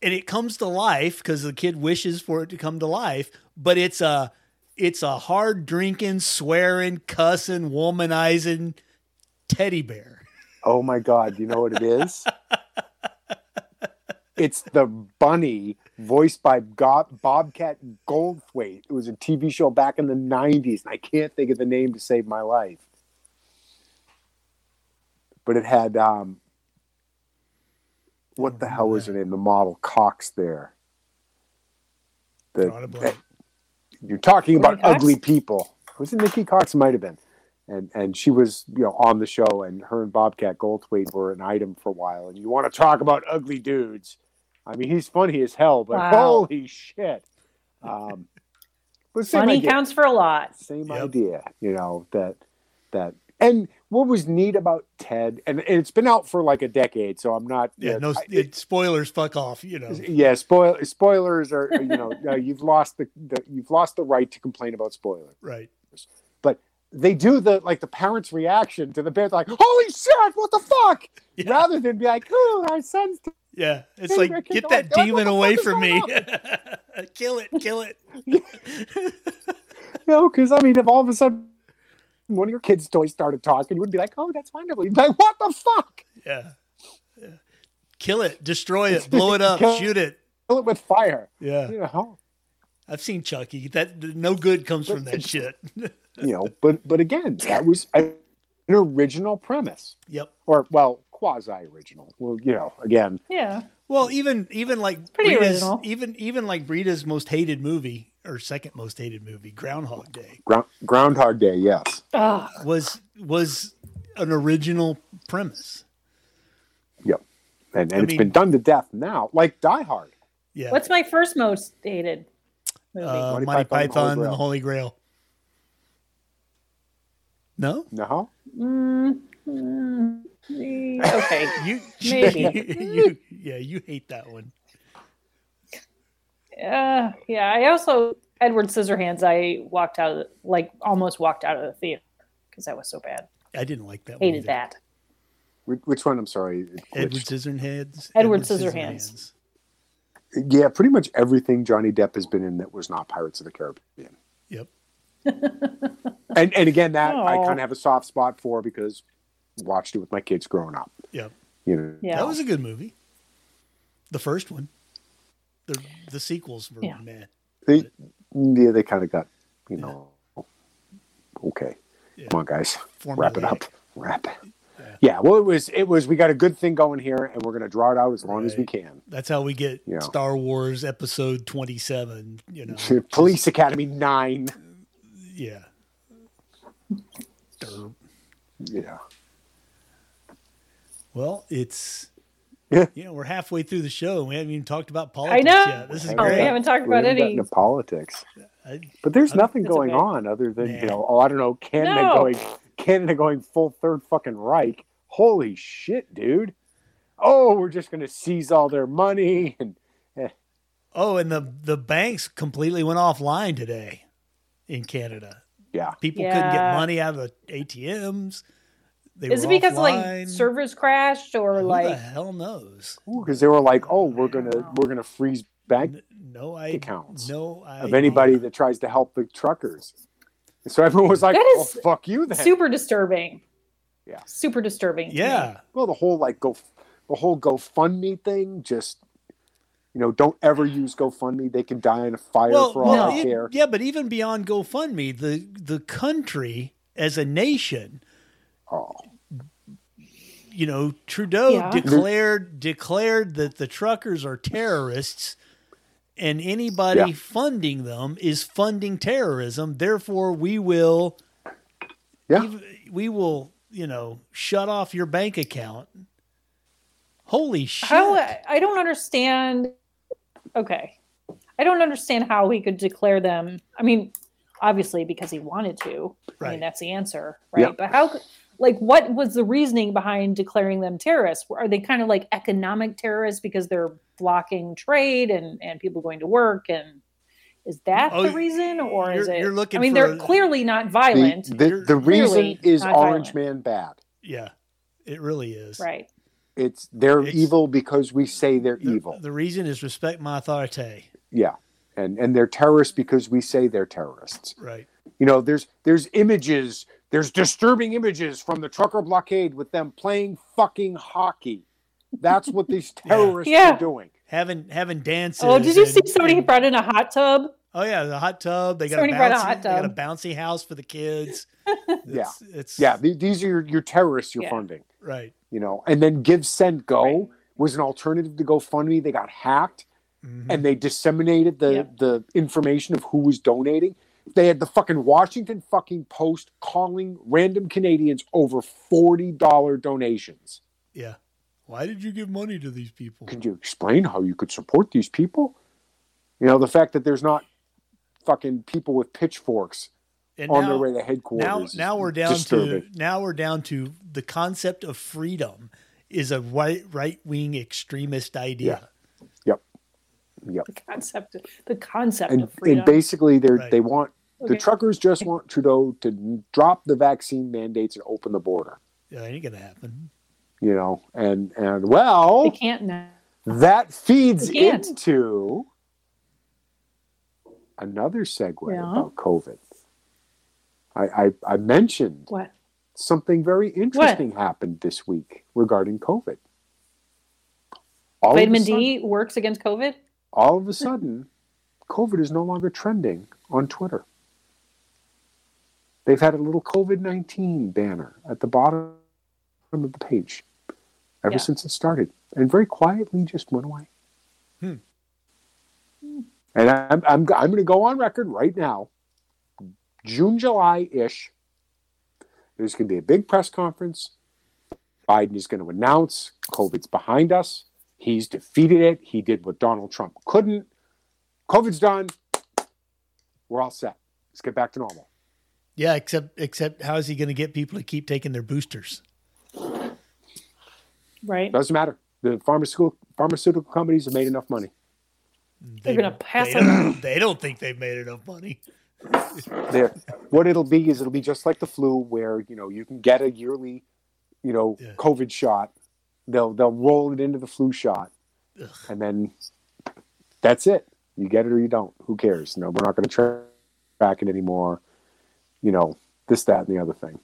Speaker 3: and it comes to life because the kid wishes for it to come to life. But it's a it's a hard drinking, swearing, cussing, womanizing teddy bear.
Speaker 2: Oh my God, you know what it is? it's the bunny voiced by Go- Bobcat Goldthwait. It was a TV show back in the 90s, and I can't think of the name to save my life. But it had, um, what the hell was her name? The model Cox there. The,
Speaker 3: Drawn a blank.
Speaker 2: you're talking about
Speaker 1: Nikki Cox?
Speaker 2: ugly people. Was it Nikki Cox? Might have been. and and she was you know on the show and her and bobcat goldthwait were an item for a while and you want to talk about ugly dudes i mean he's funny as hell but
Speaker 1: Wow.
Speaker 2: holy shit um but same
Speaker 1: Funny
Speaker 2: idea.
Speaker 1: counts for a lot.
Speaker 2: same
Speaker 3: Yep.
Speaker 2: idea you know that that and what was neat about ted and, and it's been out for like a decade so i'm not
Speaker 3: Yeah,
Speaker 2: you know,
Speaker 3: no
Speaker 2: I-
Speaker 3: it, spoilers. Fuck off. You know.
Speaker 2: yeah spoil, spoilers are you know uh, you've lost the, the you've lost the right to complain about spoilers
Speaker 3: Right.
Speaker 2: they do the like the parents reaction to the parents like holy shit what the fuck
Speaker 3: Yeah.
Speaker 2: rather than be like oh our son's
Speaker 3: Yeah, it's
Speaker 2: Hey,
Speaker 3: like
Speaker 2: Rick,
Speaker 3: get
Speaker 2: don't-
Speaker 3: that
Speaker 2: don't- what
Speaker 3: demon
Speaker 2: the
Speaker 3: away
Speaker 2: fuck is
Speaker 3: from me.
Speaker 2: going
Speaker 3: kill it, kill it.
Speaker 2: no because i mean if all of a sudden one of your kids toys started talking you would be like oh that's wonderful you'd be like what the fuck
Speaker 3: yeah. Yeah. Kill it, destroy it, blow it up,
Speaker 2: Kill-
Speaker 3: shoot it.
Speaker 2: fill it with fire
Speaker 3: Yeah.
Speaker 2: you know
Speaker 3: I've seen Chucky. That no good comes from that shit.
Speaker 2: you know but but again that was a- an original premise
Speaker 3: yep.
Speaker 2: or well quasi original well you know again
Speaker 1: Yeah.
Speaker 3: Well, even even like
Speaker 1: pretty
Speaker 3: Breda's-
Speaker 1: original.
Speaker 3: even even like Brita's most hated movie or second most hated movie, Groundhog Day,
Speaker 2: ground, groundhog day yes
Speaker 1: Ugh.
Speaker 3: was was an original premise.
Speaker 2: and, and
Speaker 3: I
Speaker 2: it's
Speaker 3: mean-
Speaker 2: been done to death now like die hard
Speaker 3: Yeah.
Speaker 1: What's my first most hated movie?
Speaker 3: uh,
Speaker 2: Monty
Speaker 3: Monty
Speaker 2: Python and the
Speaker 3: Python and
Speaker 2: Holy
Speaker 3: the Holy Grail? No.
Speaker 2: no
Speaker 1: Mm, mm, eh, okay.
Speaker 3: You
Speaker 1: Maybe.
Speaker 3: you- yeah, you hate that one.
Speaker 1: Uh, yeah. I also Edward Scissorhands. I walked out of the, like almost walked out of the theater because that was so bad.
Speaker 3: I didn't like that one.
Speaker 1: Hated
Speaker 3: either.
Speaker 1: that.
Speaker 2: Which- which one i'm sorry
Speaker 3: Edward
Speaker 2: Which-
Speaker 3: Scissorhands.
Speaker 1: Edward Scissorhands.
Speaker 2: Yeah, pretty much everything Johnny Depp has been in that was not Pirates of the Caribbean.
Speaker 3: Yep.
Speaker 2: And and again, that I
Speaker 1: Oh.
Speaker 2: kind of have a soft spot for because watched it with my kids growing up.
Speaker 3: Yep.
Speaker 2: You know,
Speaker 1: Yeah.
Speaker 3: That was a good movie. The first one. The the sequels were
Speaker 1: Yeah.
Speaker 3: meh.
Speaker 2: they yeah, they kind of got you know okay.
Speaker 3: Yeah.
Speaker 2: Come on, guys, wrap
Speaker 3: Formulaic.
Speaker 2: it up, wrap. it.
Speaker 3: Yeah.
Speaker 2: Yeah, well, it was it was we got a good thing going here, and we're gonna draw it out as long as we
Speaker 3: Right.
Speaker 2: can.
Speaker 3: That's how we get
Speaker 2: Yeah.
Speaker 3: Star Wars Episode Twenty Seven. You know,
Speaker 2: Police Academy Nine.
Speaker 3: yeah. Derp.
Speaker 2: Yeah,
Speaker 3: Well, it's
Speaker 2: Yeah.
Speaker 3: you know we're halfway through the show and we haven't even talked about
Speaker 1: I
Speaker 3: politics
Speaker 1: know.
Speaker 3: yet. This is
Speaker 1: Oh,
Speaker 3: great.
Speaker 1: we haven't talked about
Speaker 2: we haven't
Speaker 1: any.
Speaker 2: gotten to politics.
Speaker 1: Oh,
Speaker 3: I-
Speaker 2: But there's nothing
Speaker 1: it's
Speaker 2: going
Speaker 1: okay.
Speaker 2: on other than you
Speaker 3: Nah.
Speaker 2: know, oh, I don't know, Canada
Speaker 1: No.
Speaker 2: going Canada going full third fucking Reich. Holy shit, dude! Oh, we're just gonna seize all their money and
Speaker 3: Oh, and the the banks completely went offline today in Canada.
Speaker 2: yeah,
Speaker 3: People couldn't get
Speaker 1: Yeah.
Speaker 3: money out of the ATMs. They
Speaker 1: Is it
Speaker 3: were
Speaker 1: because like
Speaker 3: offline.
Speaker 1: servers crashed or
Speaker 3: Who the
Speaker 1: like
Speaker 3: hell knows?
Speaker 2: because they were like, oh, we're gonna we're gonna freeze bank
Speaker 3: N- No idea.
Speaker 2: accounts
Speaker 3: No idea.
Speaker 2: of anybody that tries to help the truckers. So everyone was like,
Speaker 1: That
Speaker 2: well,
Speaker 1: is
Speaker 2: fuck you then.
Speaker 1: super disturbing?
Speaker 2: Yeah.
Speaker 1: Super disturbing. to me.
Speaker 3: Yeah,
Speaker 2: well, the whole like go, the whole GoFundMe thing just. You know, don't ever use GoFundMe. They can die in a fire
Speaker 3: well,
Speaker 2: for all
Speaker 3: well,
Speaker 2: I
Speaker 3: it-
Speaker 2: care.
Speaker 3: yeah, but even beyond GoFundMe, the the country as a nation,
Speaker 2: Oh.
Speaker 3: you know, Trudeau
Speaker 1: Yeah.
Speaker 3: declared declared that the truckers are terrorists, and anybody
Speaker 2: Yeah.
Speaker 3: funding them is funding terrorism. Therefore, we will,
Speaker 2: Yeah.
Speaker 3: we- we will, you know, shut off your bank account. Holy shit!
Speaker 1: How I don't understand. Okay, I don't understand how he could declare them. I mean, obviously because he wanted to. I
Speaker 3: Right.
Speaker 1: mean, that's the answer, right?
Speaker 2: Yeah.
Speaker 1: But how? could- Like, what was the reasoning behind declaring them terrorists? Are they kind of like economic terrorists because they're blocking trade and and people going to work and is that
Speaker 3: Oh,
Speaker 1: the reason, or is
Speaker 3: you're-
Speaker 1: it?
Speaker 3: you're looking
Speaker 1: I mean,
Speaker 3: for
Speaker 1: they're
Speaker 3: a-
Speaker 1: clearly not
Speaker 2: The-
Speaker 1: violent,
Speaker 2: The, the, reason
Speaker 1: Clearly
Speaker 2: is
Speaker 1: not
Speaker 2: Orange
Speaker 1: violent.
Speaker 2: Man bad.
Speaker 3: Yeah, it really is.
Speaker 1: right?
Speaker 2: It's they're
Speaker 3: It's-
Speaker 2: evil because we say they're
Speaker 3: The,
Speaker 2: evil.
Speaker 3: the reason is respect my authority.
Speaker 2: yeah. And and they're terrorists because we say they're terrorists.
Speaker 3: Right.
Speaker 2: You know, there's there's images, there's disturbing images from the trucker blockade with them playing fucking hockey. That's what these terrorists
Speaker 1: Yeah.
Speaker 2: are doing.
Speaker 3: Having having dances.
Speaker 1: Oh, did you see
Speaker 3: and-
Speaker 1: somebody
Speaker 3: and-
Speaker 1: brought in a hot tub?
Speaker 3: Oh yeah, the hot tub. They got a
Speaker 1: Somebody brought a
Speaker 3: bouncy,
Speaker 1: hot
Speaker 3: They got a
Speaker 1: tub.
Speaker 3: bouncy house for the kids. It's- It's
Speaker 2: Yeah, th- these are your, your terrorists you're
Speaker 1: Yeah.
Speaker 2: funding.
Speaker 3: right.
Speaker 2: You know, and then Give Send Go
Speaker 1: Right.
Speaker 2: was an alternative to GoFundMe. They got hacked.
Speaker 3: Mhm.
Speaker 2: and they disseminated the
Speaker 1: Yep.
Speaker 2: the information of who was donating. They had the fucking Washington fucking Post calling random Canadians over $40 donations.
Speaker 3: Yeah. Why did you give money to these people?
Speaker 2: Could you explain how you could support these people? You know, the fact that there's not fucking people with pitchforks
Speaker 3: And
Speaker 2: on
Speaker 3: now-
Speaker 2: their way to
Speaker 3: now
Speaker 2: headquarters.
Speaker 3: now we're down
Speaker 2: disturbing.
Speaker 3: to now we're down to the concept of freedom is a right right wing extremist idea.
Speaker 2: Yep.
Speaker 1: The concept, the concept
Speaker 2: And,
Speaker 1: of
Speaker 2: and
Speaker 1: freedom.
Speaker 2: basically, they are
Speaker 3: Right.
Speaker 2: they want
Speaker 1: Okay.
Speaker 2: the truckers just want Trudeau to drop the vaccine mandates and open the border.
Speaker 3: That ain't gonna happen.
Speaker 2: You know, and and well,
Speaker 1: they can't now.
Speaker 2: that feeds
Speaker 1: They can't.
Speaker 2: into another segue
Speaker 1: Yeah.
Speaker 2: about COVID. I, I, I mentioned
Speaker 1: What?
Speaker 2: something very interesting happened this week regarding COVID. All of a
Speaker 1: Vitamin
Speaker 2: sudden-
Speaker 1: D works against COVID?
Speaker 2: all of a sudden, COVID is no longer trending on Twitter. They've had a little COVID 19 banner at the bottom of the page ever
Speaker 1: Yeah.
Speaker 2: since it started and very quietly just went away.
Speaker 3: Hmm.
Speaker 2: And I'm, I'm, I'm going to go on record right now, June, July ish. There's going to be a big press conference. Biden is going to announce COVID's behind us. He's defeated it. He did what Donald Trump couldn't. COVID's done. We're all set. Let's get back to normal.
Speaker 3: Yeah, except except how is he gonna get people to keep taking their boosters?
Speaker 1: Right?
Speaker 2: Doesn't matter. The pharmaceutical pharmaceutical companies have made enough money.
Speaker 3: They,
Speaker 1: gonna pass
Speaker 3: they don't, they don't think they've made enough money.
Speaker 2: They're- what it'll be is it'll be just like the flu, where you know you can get a yearly, you know,
Speaker 3: Yeah.
Speaker 2: COVID shot. They'll they'll roll it into the flu shot,
Speaker 3: Ugh.
Speaker 2: and then that's it. You get it or you don't. Who cares? No, we're not going to tra- track it anymore. You know this, that, and the other thing.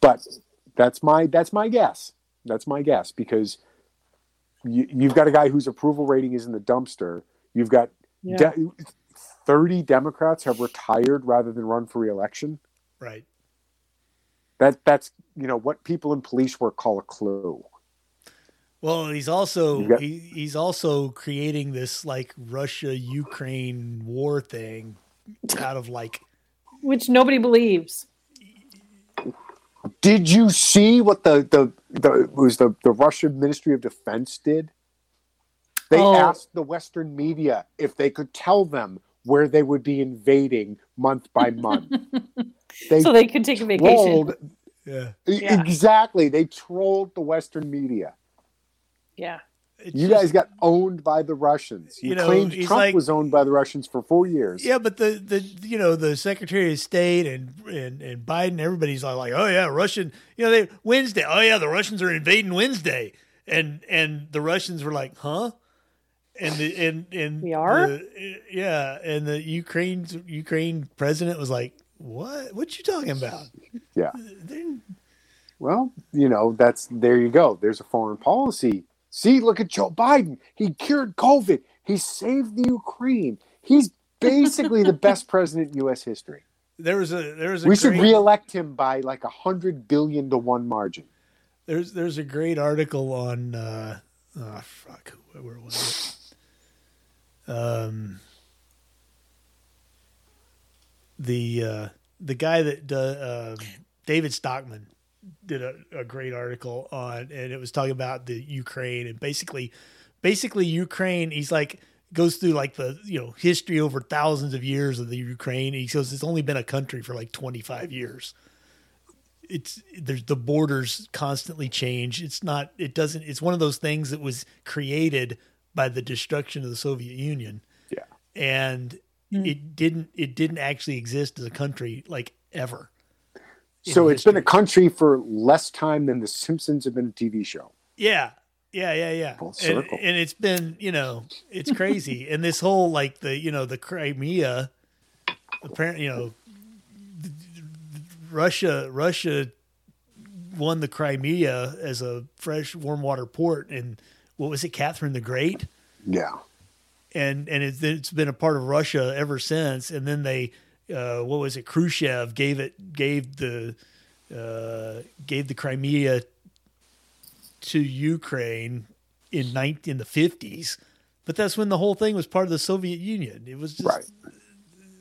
Speaker 2: But that's my that's my guess. That's my guess because you, you've got a guy whose approval rating is in the dumpster. You've got
Speaker 1: Yeah.
Speaker 2: De- 30 Democrats have retired rather than run for reelection.
Speaker 3: Right.
Speaker 2: That that's you know what people in police work call a clue.
Speaker 3: Well, he's also
Speaker 2: You got-
Speaker 3: he, he's also creating this like Russia Ukraine war thing out of like
Speaker 1: Which nobody believes.
Speaker 2: Did you see what the the, the it was the, the Russian Ministry of Defense did? They
Speaker 1: Oh.
Speaker 2: asked the Western media if they could tell them where they would be invading month by month. they
Speaker 1: so they could take a vacation.
Speaker 2: trolled e,
Speaker 3: yeah.
Speaker 1: Yeah.
Speaker 2: exactly. They trolled the Western media.
Speaker 1: Yeah.
Speaker 3: It's
Speaker 2: You
Speaker 3: just-
Speaker 2: guys got owned by the Russians. You,
Speaker 3: You know,
Speaker 2: claimed
Speaker 3: he's
Speaker 2: Trump
Speaker 3: like-
Speaker 2: was owned by the Russians for four years.
Speaker 3: Yeah, but the, the you know the Secretary of State and and, and Biden, everybody's all like, oh yeah, Russian. You know, they Wednesday. Oh yeah, the Russians are invading Wednesday, and and the Russians were like, huh? And the, and and
Speaker 1: We are?
Speaker 3: the- yeah, and the Ukraine's Ukraine president was like, what? What you talking about?
Speaker 2: Yeah.
Speaker 3: They-
Speaker 2: Well, you know, that's there you go. There's a foreign policy. See, look at Joe Biden. He cured COVID. He saved the Ukraine. He's basically the best president in U.S. history.
Speaker 3: There was a there was a
Speaker 2: We should
Speaker 3: great,
Speaker 2: reelect him by like a hundred billion to one margin.
Speaker 3: there's there's a great article on uh oh fuck where, where was it um the uh the guy that uh, David Stockman did a, a great article on and it was talking about the Ukraine and basically basically Ukraine he's like goes through like the you know history over thousands of years of the Ukraine he goes it's only been a country for like 25 years it's there's the borders constantly change. It's not it doesn't it's one of those things that was created by the destruction of the Soviet Union.
Speaker 2: Yeah.
Speaker 3: And it didn't it didn't actually exist as a country like ever. in
Speaker 2: So it's been a
Speaker 3: history.
Speaker 2: country for less time than The Simpsons have been a TV show.
Speaker 3: Yeah. Yeah, yeah, yeah.
Speaker 2: Full
Speaker 3: And,
Speaker 2: circle.
Speaker 3: and it's been, you know, it's crazy. and this whole like the, you know, the Crimea apparently, you know, th- th- Russia Russia won the Crimea as a fresh warm water port and what was it Catherine the Great?
Speaker 2: Yeah.
Speaker 3: and and it's, it's been a part of Russia ever since. And then they, uh, what was it? Khrushchev gave it gave the uh, gave the Crimea to Ukraine in nine in the fifties, but that's when the whole thing was part of the Soviet Union. It was just
Speaker 2: Right.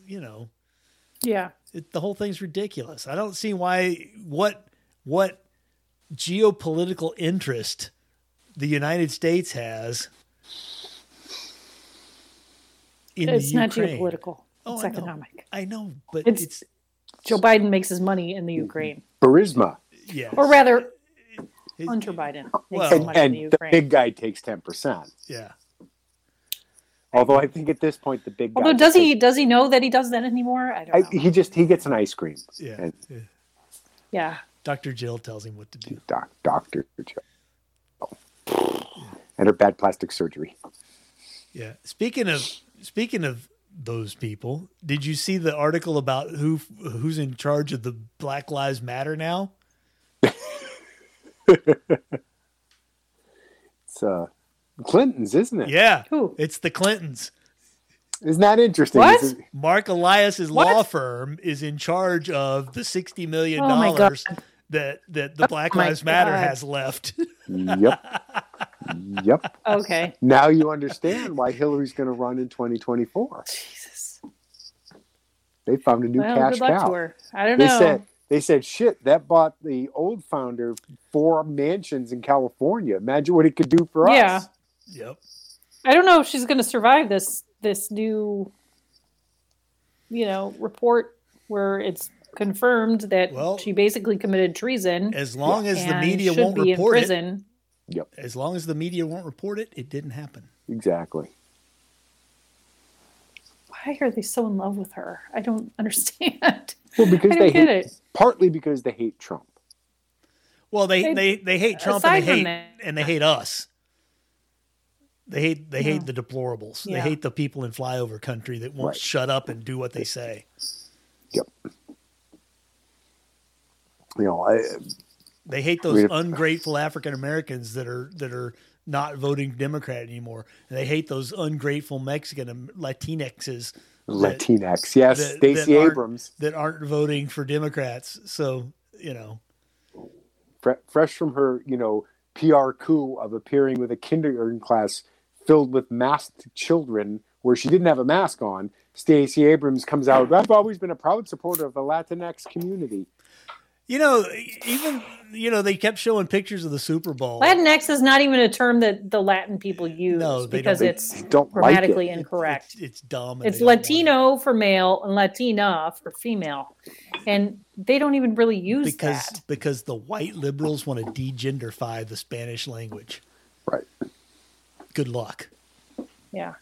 Speaker 3: you know
Speaker 1: Yeah.
Speaker 3: It, the whole thing's ridiculous. I don't see why what what geopolitical interest the United States has in
Speaker 1: it's
Speaker 3: the
Speaker 1: not
Speaker 3: Ukraine.
Speaker 1: geopolitical.
Speaker 3: Oh,
Speaker 1: It's
Speaker 3: I know.
Speaker 1: economic.
Speaker 3: I know, but
Speaker 1: It's-
Speaker 3: it's
Speaker 1: Joe Biden makes his money in the Ukraine.
Speaker 2: Burisma.
Speaker 3: yeah,
Speaker 1: Or rather,
Speaker 3: it-
Speaker 1: Hunter Biden makes
Speaker 3: Well-
Speaker 1: his
Speaker 2: And,
Speaker 1: money in
Speaker 2: and
Speaker 1: the
Speaker 2: the
Speaker 1: Ukraine.
Speaker 2: big guy takes 10%.
Speaker 3: yeah.
Speaker 2: Although I think at this point, the big guy.
Speaker 1: Although does he does he know that he does that anymore? I
Speaker 2: I,
Speaker 1: don't know.
Speaker 2: he just he gets an ice cream.
Speaker 3: Yeah.
Speaker 2: And
Speaker 3: yeah.
Speaker 1: yeah.
Speaker 3: Dr. Jill tells him what to do.
Speaker 2: doc, doctor. And her bad plastic surgery.
Speaker 3: Yeah. Speaking of speaking of those people, did you see the article about who who's in charge of the Black Lives Matter now?
Speaker 2: It's uh, Clinton's, isn't it?
Speaker 3: Yeah.
Speaker 1: Who?
Speaker 3: It's the Clintons.
Speaker 2: Isn't that interesting?
Speaker 1: What?
Speaker 2: Is it-
Speaker 3: Mark Elias's
Speaker 1: What?
Speaker 3: law firm is in charge of the sixty million
Speaker 1: Oh my God. Oh
Speaker 3: dollars that that the Black
Speaker 1: my
Speaker 3: Lives Matter
Speaker 1: God.
Speaker 3: has left.
Speaker 2: yep. yep.
Speaker 1: Okay.
Speaker 2: Now you understand why Hillary's going to run in 2024.
Speaker 1: Jesus.
Speaker 2: They found a new
Speaker 1: Well,
Speaker 2: cash
Speaker 1: good luck
Speaker 2: cow.
Speaker 1: to her. I don't
Speaker 2: They
Speaker 1: know.
Speaker 2: said they said shit that bought the old founder four mansions in California. Imagine what it could do for
Speaker 1: Yeah.
Speaker 2: us.
Speaker 3: yep.
Speaker 1: I don't know if she's going to survive this this new, you know, report where it's confirmed that
Speaker 3: Well-
Speaker 1: she basically committed treason.
Speaker 3: As long as the
Speaker 1: and
Speaker 3: media
Speaker 1: should
Speaker 3: won't
Speaker 1: be in
Speaker 3: report it,
Speaker 1: prison.
Speaker 3: as long as the media won't report it, it didn't happen.
Speaker 2: Exactly.
Speaker 1: Why are they so in love with her? I don't understand.
Speaker 2: Well, because
Speaker 1: I
Speaker 2: they
Speaker 1: don't get
Speaker 2: hate,
Speaker 1: it.
Speaker 2: partly because they hate Trump.
Speaker 3: Well, they
Speaker 1: They-
Speaker 3: they, they hate Trump and
Speaker 1: aside
Speaker 3: they hate
Speaker 1: from that-
Speaker 3: and they hate us. They hate they
Speaker 1: Yeah.
Speaker 3: hate the deplorables.
Speaker 1: Yeah.
Speaker 3: They hate the people in flyover country that won't
Speaker 2: Right.
Speaker 3: shut up and do what they say.
Speaker 2: You know, I,
Speaker 3: They hate
Speaker 2: We
Speaker 3: those
Speaker 2: have-
Speaker 3: ungrateful African Americans that are that are not voting Democrat anymore. And they hate those ungrateful Mexican and Latinxes that,
Speaker 2: Latinx. Yes,
Speaker 3: that-
Speaker 2: Stacey
Speaker 3: that aren't-
Speaker 2: Abrams,
Speaker 3: that aren't voting for Democrats. So you know,
Speaker 2: fre- fresh from her, you know, PR coup of appearing with a kindergarten class filled with masked children where she didn't have a mask on. Stacey Abrams comes out. I've always been a proud supporter of the Latinx community.
Speaker 3: you know, even you know they kept showing pictures of the Super Bowl.
Speaker 1: Latinx is not even a term that the Latin people use
Speaker 3: No, they
Speaker 1: because
Speaker 3: don't.
Speaker 1: it's
Speaker 2: They don't like it.
Speaker 1: grammatically incorrect.
Speaker 3: It's, it's dumb. and
Speaker 1: it's
Speaker 3: they don't want it.
Speaker 1: Latino for male and Latina for female, and they don't even really use
Speaker 3: because
Speaker 1: that.
Speaker 3: because the white liberals want to degenderfy the Spanish language.
Speaker 2: Right.
Speaker 3: Good luck.
Speaker 1: Yeah,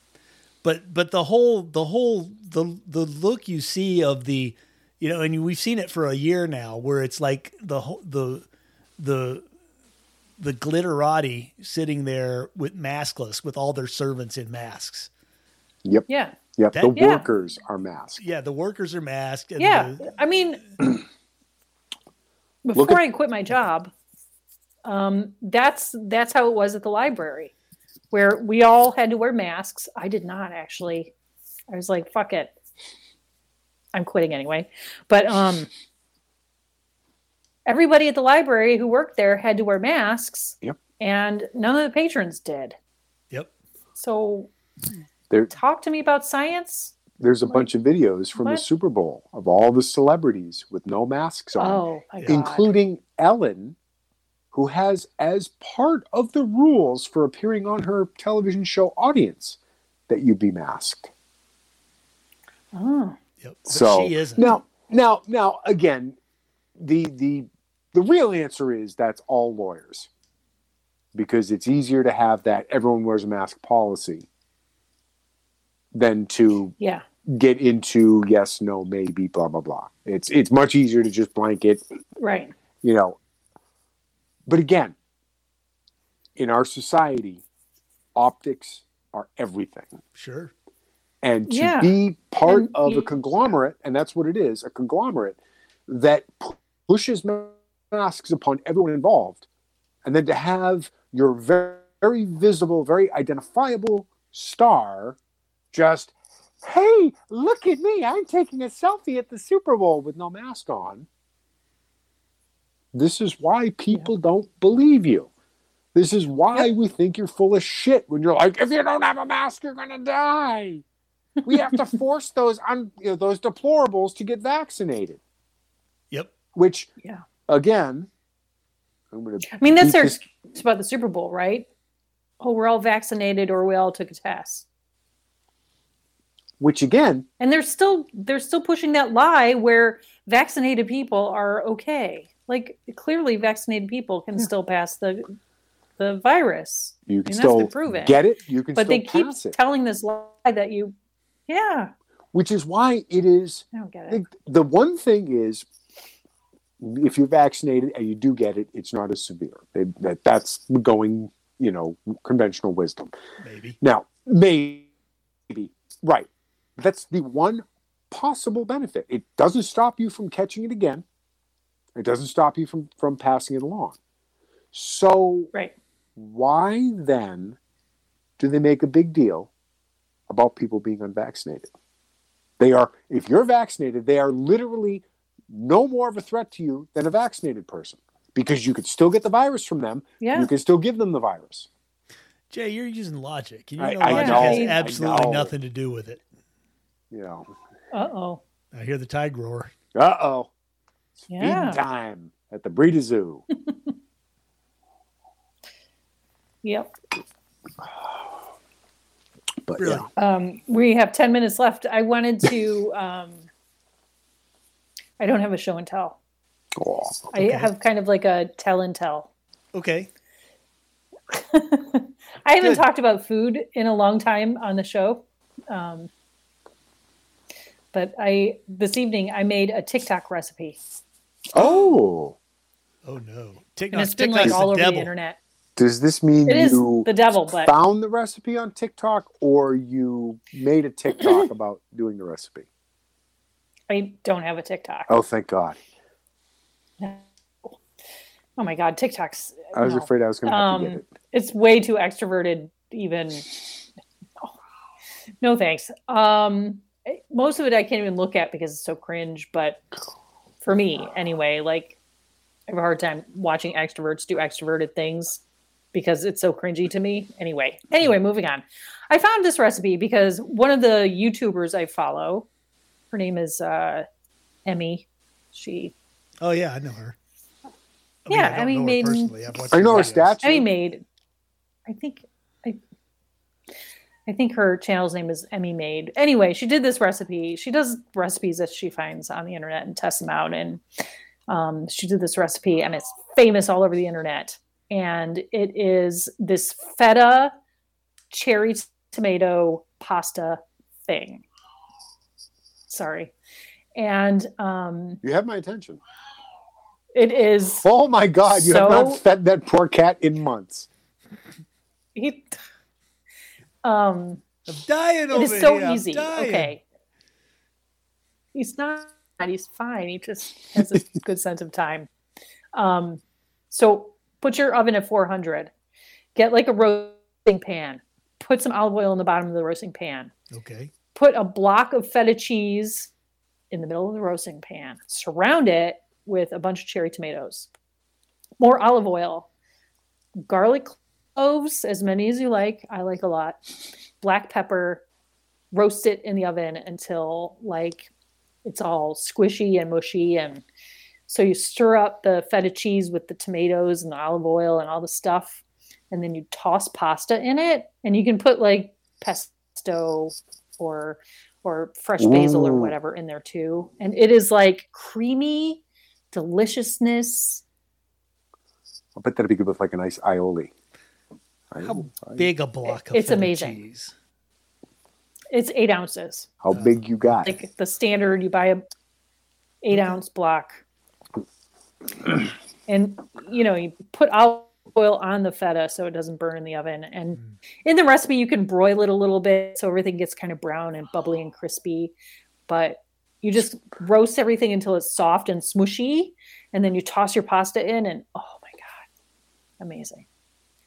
Speaker 3: But but the whole the whole the the look you see of the you know and we've seen it for a year now where it's like the whole the the the glitterati sitting there with maskless with all their servants in masks.
Speaker 2: Yep.
Speaker 1: yeah,
Speaker 2: Yep.
Speaker 3: That-
Speaker 2: the
Speaker 1: yeah.
Speaker 2: workers are masked.
Speaker 3: Yeah, the workers are masked. And
Speaker 1: yeah.
Speaker 3: the-
Speaker 1: I mean,
Speaker 2: Look
Speaker 1: before I
Speaker 2: at-
Speaker 1: quit my job, um, that's that's how it was at the library, where we all had to wear masks. I did not actually. I was like, "Fuck it, I'm quitting anyway." But um, everybody at the library who worked there had to wear masks,
Speaker 2: Yep.
Speaker 1: and none of the patrons did.
Speaker 3: yep.
Speaker 1: So
Speaker 2: There,
Speaker 1: talk to me about science.
Speaker 2: there's a bunch of videos from
Speaker 1: What?
Speaker 2: the Super Bowl of all the celebrities with no masks on.
Speaker 1: Oh my god!
Speaker 2: including Ellen, who has as part of the rules for appearing on her television show audience that you be masked.
Speaker 1: oh,
Speaker 3: Yep. But
Speaker 2: so
Speaker 3: she isn't.
Speaker 2: now, now, now, again, the the the real answer is that's all lawyers because it's easier to have that everyone wears a mask policy than to
Speaker 1: yeah,
Speaker 2: get into yes, no, maybe, blah blah blah. It's it's much easier to just blanket
Speaker 1: right.
Speaker 2: you know but again in our society optics are everything
Speaker 3: Sure.
Speaker 2: and to
Speaker 1: Yeah.
Speaker 2: be part
Speaker 1: And
Speaker 2: of
Speaker 1: you-
Speaker 2: a conglomerate and that's what it is a conglomerate that pu- pushes ma- masks upon everyone involved and then to have your very, very visible very identifiable star just hey look at me i'm taking a selfie at the super bowl with no mask on this is why people don't believe you this is why we think you're full of shit when you're like if you don't have a mask you're gonna die we have to force those un, you know, those deplorables to get vaccinated.
Speaker 3: Yep.
Speaker 2: Which,
Speaker 1: Yeah.
Speaker 2: again, I'm going to.
Speaker 1: I mean, that's their
Speaker 2: Because-
Speaker 1: excuse about the Super Bowl, right? Oh, we're all vaccinated or we all took a test.
Speaker 2: Which again,
Speaker 1: And they're still they're still pushing that lie where vaccinated people are okay. Like clearly vaccinated people can still pass the the virus.
Speaker 2: you can
Speaker 1: And that's
Speaker 2: still
Speaker 1: been proven.
Speaker 2: get it. You can
Speaker 1: But
Speaker 2: still
Speaker 1: they keep
Speaker 2: pass it.
Speaker 1: telling this lie that you Yeah,
Speaker 2: which is why it is.
Speaker 1: I don't get
Speaker 2: I
Speaker 1: it.
Speaker 2: think the one thing is, if you're vaccinated and you do get it, it's not as severe. They, that that's going, you know, conventional wisdom.
Speaker 3: Maybe.
Speaker 2: Now, maybe, right. That's the one possible benefit. It doesn't stop you from catching it again. It doesn't stop you from, from passing it along. So,
Speaker 1: Right.
Speaker 2: why then do they make a big deal about people being unvaccinated? They are, if you're vaccinated, they are literally no more of a threat to you than a vaccinated person because you could still get the virus from them.
Speaker 1: Yeah.
Speaker 2: You can still give them the virus.
Speaker 3: Jay, you're using logic. You know,
Speaker 2: I-
Speaker 1: I
Speaker 3: logic
Speaker 1: know,
Speaker 3: has
Speaker 1: I
Speaker 3: absolutely
Speaker 2: know.
Speaker 3: nothing to do with it.
Speaker 2: You know,
Speaker 1: Uh oh.
Speaker 3: I hear the tide roar.
Speaker 2: Uh oh. It's
Speaker 1: Yeah.
Speaker 2: feeding time at the Breeder Zoo.
Speaker 1: Yep.
Speaker 2: But
Speaker 3: Really?
Speaker 2: yeah,
Speaker 1: Um, we have ten minutes left. I wanted to um, I don't have a show and tell.
Speaker 2: oh,
Speaker 1: I
Speaker 3: Okay.
Speaker 1: have kind of like a tell and tell.
Speaker 3: Okay.
Speaker 1: I haven't
Speaker 3: Good.
Speaker 1: talked about food in a long time on the show. Um, but I this evening I made a TikTok recipe
Speaker 2: oh,
Speaker 3: Oh no.
Speaker 1: and
Speaker 3: TikTok,
Speaker 1: it's been
Speaker 3: TikTok's
Speaker 1: like all
Speaker 3: the
Speaker 1: over the
Speaker 3: devil.
Speaker 1: internet.
Speaker 2: does this mean
Speaker 1: It is
Speaker 2: you
Speaker 1: the devil, but
Speaker 2: found the recipe on TikTok or you made a TikTok about doing the recipe?
Speaker 1: I don't have a TikTok.
Speaker 2: Oh, thank God!
Speaker 1: Oh my god, TikTok's
Speaker 2: I was
Speaker 1: no.
Speaker 2: afraid I was going to have to
Speaker 1: Um,
Speaker 2: get it.
Speaker 1: it's way too extroverted even no thanks um most of it i can't even look at because it's so cringe but for me anyway like i have a hard time watching extroverts do extroverted things because it's so cringy to me anyway anyway moving on i found this recipe because one of the youtubers i follow her name is uh emmy she
Speaker 3: Oh yeah, I know her.
Speaker 1: Yeah,
Speaker 3: don't
Speaker 1: I mean,
Speaker 3: know her
Speaker 1: maybe-
Speaker 3: personally. I've watched
Speaker 2: I know her
Speaker 3: videos.
Speaker 2: statue.
Speaker 1: I mean, Made. I think I, I think her channel's name is Emmy Made. Anyway, she did this recipe. She does recipes that she finds on the internet and tests them out. And um, she did this recipe, and it's famous all over the internet. And it is this feta cherry tomato pasta thing. Sorry, and um,
Speaker 2: You have my attention.
Speaker 1: it is
Speaker 2: Oh my God! You have
Speaker 1: So-
Speaker 2: not fed that poor cat in months.
Speaker 1: it. Um,
Speaker 3: I'm dying
Speaker 1: it
Speaker 3: over
Speaker 1: is so
Speaker 3: here. I'm
Speaker 1: easy.
Speaker 3: dying.
Speaker 1: Okay. He's not. He's fine. He just has a good sense of time. Um, so put your oven at 400. Get like a roasting pan. Put some olive oil in the bottom of the roasting pan.
Speaker 3: Okay.
Speaker 1: Put a block of feta cheese in the middle of the roasting pan. Surround it with a bunch of cherry tomatoes, more olive oil, garlic cloves, as many as you like. I like a lot. Black pepper. Roast it in the oven until like it's all squishy and mushy and so you stir up the feta cheese with the tomatoes and the olive oil and all the stuff and then you toss pasta in it and you can put like pesto or or fresh basil or
Speaker 2: Ooh.
Speaker 1: whatever in there too and it is like creamy deliciousness
Speaker 2: I bet that'd be good with like a nice aioli.
Speaker 3: How
Speaker 2: Aioli.
Speaker 3: big a block of
Speaker 1: It's
Speaker 3: feta
Speaker 1: amazing.
Speaker 3: cheese.
Speaker 1: it's eight ounces
Speaker 2: How big you got?
Speaker 1: like the standard you buy a eight ounce block and you know you put olive oil on the feta so it doesn't burn in the oven and
Speaker 3: Mm.
Speaker 1: in the recipe you can broil it a little bit so everything gets kind of brown and bubbly and crispy but you just roast everything until it's soft and smooshy and then you toss your pasta in and oh my god amazing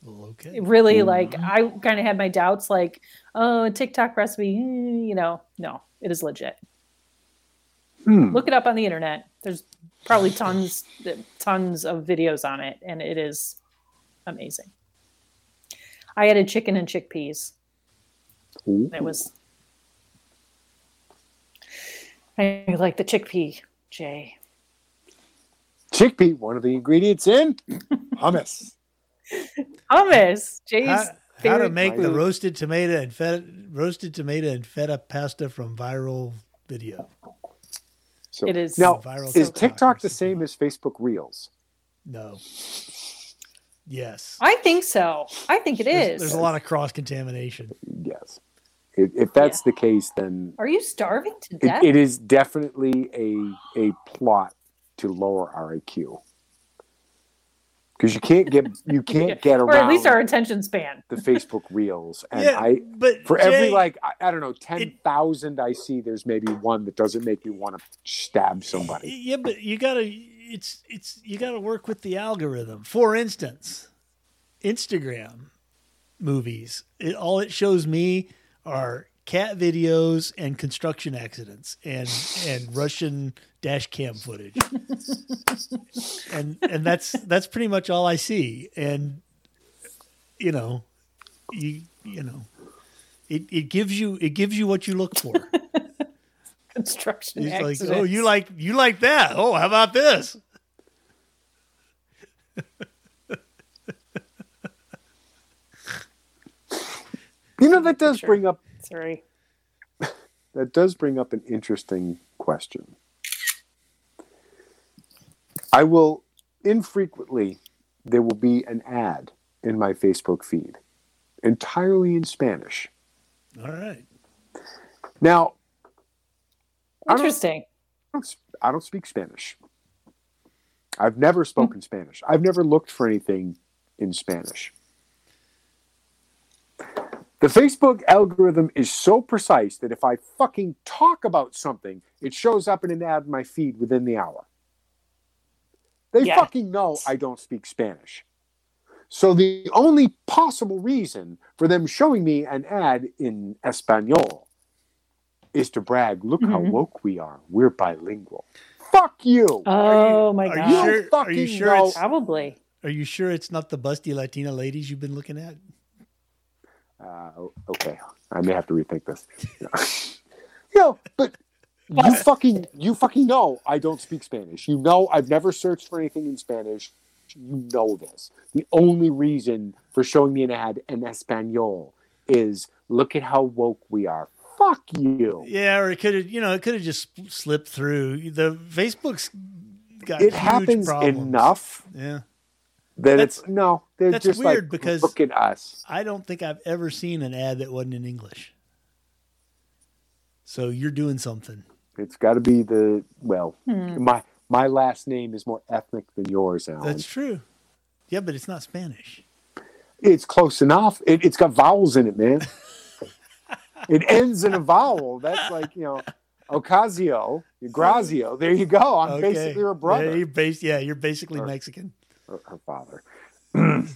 Speaker 3: Well, okay.
Speaker 1: it really like
Speaker 2: Mhm.
Speaker 1: I kind of had my doubts like oh a TikTok recipe mm, you know no it is legit
Speaker 2: Hmm.
Speaker 1: look it up on the internet there's probably tons tons of videos on it and it is amazing I added chicken and chickpeas
Speaker 2: Ooh.
Speaker 1: it was I like the chickpea, Jay.
Speaker 2: Chickpea, one of the ingredients in hummus.
Speaker 1: Hummus, Jay's
Speaker 3: How, how to
Speaker 1: favorite
Speaker 3: make the
Speaker 2: food.
Speaker 3: roasted tomato and feta roasted tomato and feta pasta from viral video.
Speaker 2: So
Speaker 1: It is.
Speaker 2: now
Speaker 3: viral
Speaker 2: is
Speaker 3: TikTok
Speaker 2: TikTok the
Speaker 3: recipe.
Speaker 2: same as Facebook Reels?
Speaker 3: No. Yes.
Speaker 1: I think so. I think it
Speaker 3: there's,
Speaker 1: is.
Speaker 3: there's a lot of cross contamination.
Speaker 2: Yes. If, if that's the case, then
Speaker 1: Are you starving to death?
Speaker 2: it, it is definitely a a plot to lower our IQ because you can't get you can't get around
Speaker 1: or at least our attention span.
Speaker 2: the Facebook Reels, and
Speaker 3: yeah,
Speaker 2: I
Speaker 3: but
Speaker 2: for every
Speaker 3: Jay,
Speaker 2: like I, I don't know ten thousand I see, there's maybe one that doesn't make me want to stab somebody.
Speaker 3: Yeah, but you gotta it's it's you gotta work with the algorithm. For instance, Instagram movies. It, all it shows me are cat videos and construction accidents and and Russian dash cam footage. and and that's that's pretty much all I see. And you know, you you know, it, it gives you it gives you what you look for.
Speaker 1: Construction
Speaker 3: He's like,
Speaker 1: accidents.
Speaker 3: oh, you like you like that? Oh, how about this?
Speaker 2: You know that does bring up
Speaker 1: Sorry.
Speaker 2: that does bring up an interesting question. I will infrequently there will be an ad in my Facebook feed entirely in Spanish.
Speaker 3: All right.
Speaker 2: Now, I don't-
Speaker 1: Interesting.
Speaker 2: I don't, sp- I don't speak Spanish. I've never spoken Spanish. I've never looked for anything in Spanish. The Facebook algorithm is so precise that if I fucking talk about something, it shows up in an ad in my feed within the hour. They
Speaker 1: Yeah.
Speaker 2: fucking know I don't speak Spanish. So the only possible reason for them showing me an ad in Espanol is to brag, look how
Speaker 1: Mhm.
Speaker 2: woke we are. We're bilingual. Fuck you.
Speaker 1: Oh my
Speaker 3: are
Speaker 1: god.
Speaker 3: you
Speaker 2: You
Speaker 3: sure? Are
Speaker 2: fucking
Speaker 3: you sure?
Speaker 2: know-
Speaker 3: It's,
Speaker 1: Probably.
Speaker 3: are you sure it's not the busty Latina ladies you've been looking at?
Speaker 2: Uh, okay, I may have to rethink this. you know, but you fucking you fucking know I don't speak Spanish. You know I've never searched for anything in Spanish. You know this. The only reason for showing me an ad in Espanol is look at how woke we are. Fuck you.
Speaker 3: Yeah, or it could have. You know, it could have just slipped through. The Facebook's got
Speaker 2: It
Speaker 3: huge
Speaker 2: happens
Speaker 3: problems.
Speaker 2: enough
Speaker 3: Yeah,
Speaker 2: that
Speaker 3: That's-
Speaker 2: it's no. They're
Speaker 3: that's
Speaker 2: just
Speaker 3: weird
Speaker 2: like,
Speaker 3: because-
Speaker 2: look at us.
Speaker 3: I don't think I've ever seen an ad that wasn't in English. So you're doing something.
Speaker 2: It's got to be the well.
Speaker 1: Hmm.
Speaker 2: My my last name is more ethnic than yours, Alan.
Speaker 3: That's true. Yeah, but it's not Spanish.
Speaker 2: It's close enough. It, it's got vowels in it, man. it ends in a vowel. That's like you know, Ocasio, Grazio. There you go. I'm
Speaker 3: Okay.
Speaker 2: basically her
Speaker 3: Yeah,
Speaker 2: brother
Speaker 3: you're bas- yeah, you're basically
Speaker 2: Or-
Speaker 3: Mexican.
Speaker 2: or her father.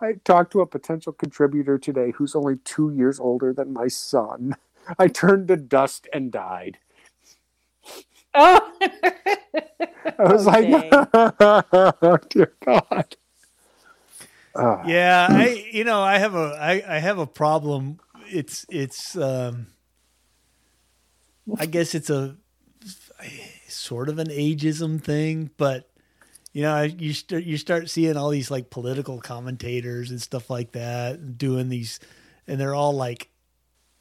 Speaker 2: I talked to a potential contributor today who's only two years older than my son. I turned to dust and died.
Speaker 1: Oh.
Speaker 2: I was like, dear God. Ah.
Speaker 3: yeah i you know i have a I, I have a problem it's it's um i guess it's a sort of an ageism thing but you know you start you start seeing all these like political commentators and stuff like that doing these and they're all like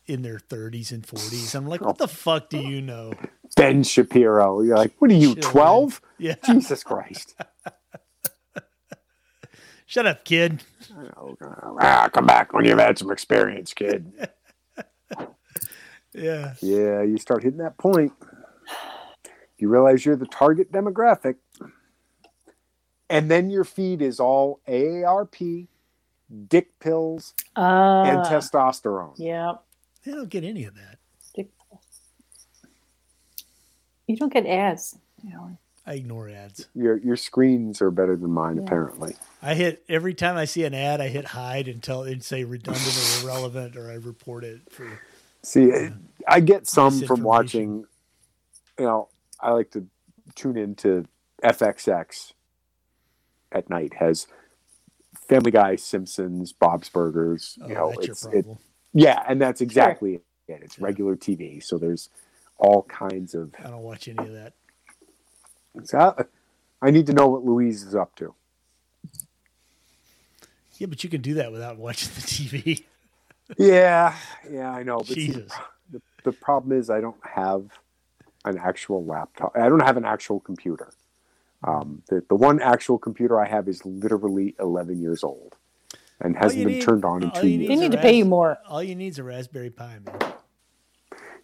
Speaker 3: in their 30s and 40s i'm like what the fuck do you know
Speaker 2: Ben Shapiro. You're like, what are you,
Speaker 3: Children.
Speaker 2: 12?
Speaker 3: yeah
Speaker 2: Jesus Christ.
Speaker 3: shut up kid
Speaker 2: Oh, God. ah, come back when you've had some experience, kid.
Speaker 3: yeah
Speaker 2: Yeah, you start hitting that point. You realize you're the target demographic. And then your feed is all AARP, dick pills,
Speaker 1: Uh,
Speaker 2: and testosterone.
Speaker 1: Yeah.
Speaker 3: they don't get any of that
Speaker 1: You don't get ads. Alan.
Speaker 3: i ignore ads
Speaker 2: Your, your screens are better than mine,
Speaker 1: Yeah.
Speaker 2: apparently.
Speaker 3: I hit every time I see an ad, I hit hide and tell and say redundant or irrelevant, or I report it. For,
Speaker 2: See, I- I get some from
Speaker 3: Misinformation.
Speaker 2: watching. You know, I like to tune into FXX at night. Has Family Guy, Simpsons, Bob's Burgers.
Speaker 3: oh,
Speaker 2: you know,
Speaker 3: that's your
Speaker 2: it's it,
Speaker 3: problem.
Speaker 2: yeah, and that's exactly it. It's
Speaker 3: Yeah.
Speaker 2: regular TV, so there's all kinds of.
Speaker 3: I don't watch any of that.
Speaker 2: So, I need to know what Louise is up to.
Speaker 3: Yeah, but you can do that without watching the TV.
Speaker 2: Yeah, yeah, I know. But see,
Speaker 3: Jesus.
Speaker 2: the, the problem is I don't have an actual laptop. I don't have an actual computer. Um, the, the one actual computer I have is literally 11 years old and
Speaker 3: All
Speaker 2: hasn't
Speaker 3: you
Speaker 2: been
Speaker 3: need-
Speaker 2: turned on in
Speaker 3: all
Speaker 2: two
Speaker 3: you
Speaker 2: years.
Speaker 1: They
Speaker 3: is
Speaker 1: need
Speaker 3: a
Speaker 1: to pay you
Speaker 3: ras-
Speaker 1: more.
Speaker 3: All you need is a Raspberry Pi, man.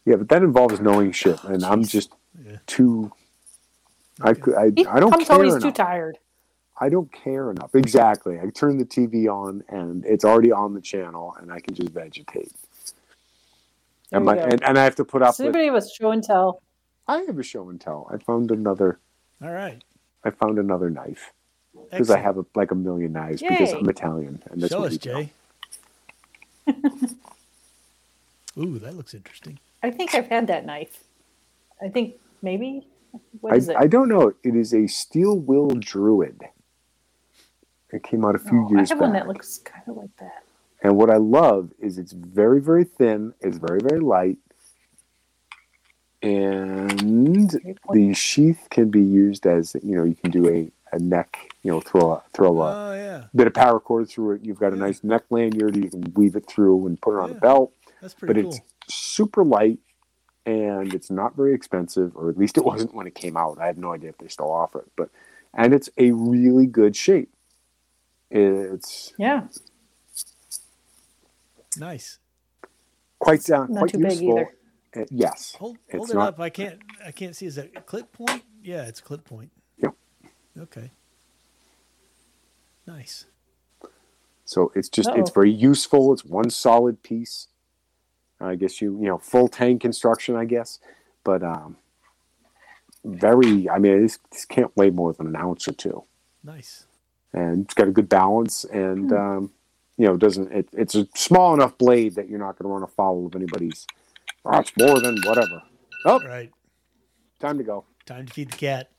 Speaker 2: Yeah, but that involves knowing shit, and I'm just
Speaker 3: Yeah.
Speaker 2: too. I could. I,
Speaker 1: He
Speaker 2: I don't
Speaker 1: comes
Speaker 2: care
Speaker 1: home, he's too
Speaker 2: enough.
Speaker 1: tired.
Speaker 2: I don't care enough. Exactly. I turn the TV on, and it's already on the channel, and I can just vegetate.
Speaker 1: There
Speaker 2: And,
Speaker 1: you
Speaker 2: my,
Speaker 1: go.
Speaker 2: and, and I have to put up
Speaker 1: Does
Speaker 2: with.
Speaker 1: anybody have a show and tell?
Speaker 2: I have a show and tell. I found another.
Speaker 3: All right.
Speaker 2: I found another knife because I
Speaker 3: Excellent.
Speaker 2: have a, like a million knives because
Speaker 1: Yay.
Speaker 2: I'm Italian, and that's
Speaker 3: Show
Speaker 2: what
Speaker 3: us,
Speaker 2: we do.
Speaker 3: Jay. Ooh, that looks interesting.
Speaker 1: I think I've had that knife. I think maybe. What
Speaker 2: I,
Speaker 1: is it?
Speaker 2: I don't know. It is a steel will druid. It came out a few
Speaker 1: Oh, I
Speaker 2: years
Speaker 1: have one
Speaker 2: back.
Speaker 1: that looks kind of like that.
Speaker 2: And what I love is it's very, very thin. It's very, very light. And
Speaker 1: Great point.
Speaker 2: the sheath can be used as you know you can do a, a neck you know throw a throw
Speaker 1: Uh,
Speaker 2: a
Speaker 3: Oh yeah,
Speaker 2: bit of power cord through it. You've got a
Speaker 3: Yeah.
Speaker 2: nice neck lanyard. You can weave it through and put it on
Speaker 3: Yeah.
Speaker 2: a belt.
Speaker 3: that's
Speaker 2: But
Speaker 3: pretty cool.
Speaker 2: it's super light and it's not very expensive, or at least it wasn't when it came out. I have no idea if they still offer it, but and it's a really good shape. It's
Speaker 1: Yeah,
Speaker 3: Nice.
Speaker 2: quite sound,
Speaker 1: Not
Speaker 2: quite
Speaker 1: too big
Speaker 2: useful.
Speaker 1: either.
Speaker 2: Uh, yes.
Speaker 3: Hold
Speaker 2: It's
Speaker 3: hold it
Speaker 2: not-
Speaker 3: up. I can't I can't see. Is that a clip point? Yeah, it's a clip point.
Speaker 2: Yep.
Speaker 3: Okay. Nice.
Speaker 2: So it's just it's
Speaker 1: Uh-oh.
Speaker 2: very useful. It's one solid piece. I guess you you know full tank construction. I guess, but um, very. I mean, this, this can't weigh more than an ounce or two,
Speaker 3: Nice.
Speaker 2: and it's got a good balance.
Speaker 3: Hmm.
Speaker 2: And um, you know, doesn't it, it's a small enough blade that you're not going to run afoul of anybody's. Oh, it's more than whatever. Oh,
Speaker 3: All right.
Speaker 2: time to go.
Speaker 3: Time to feed the cat.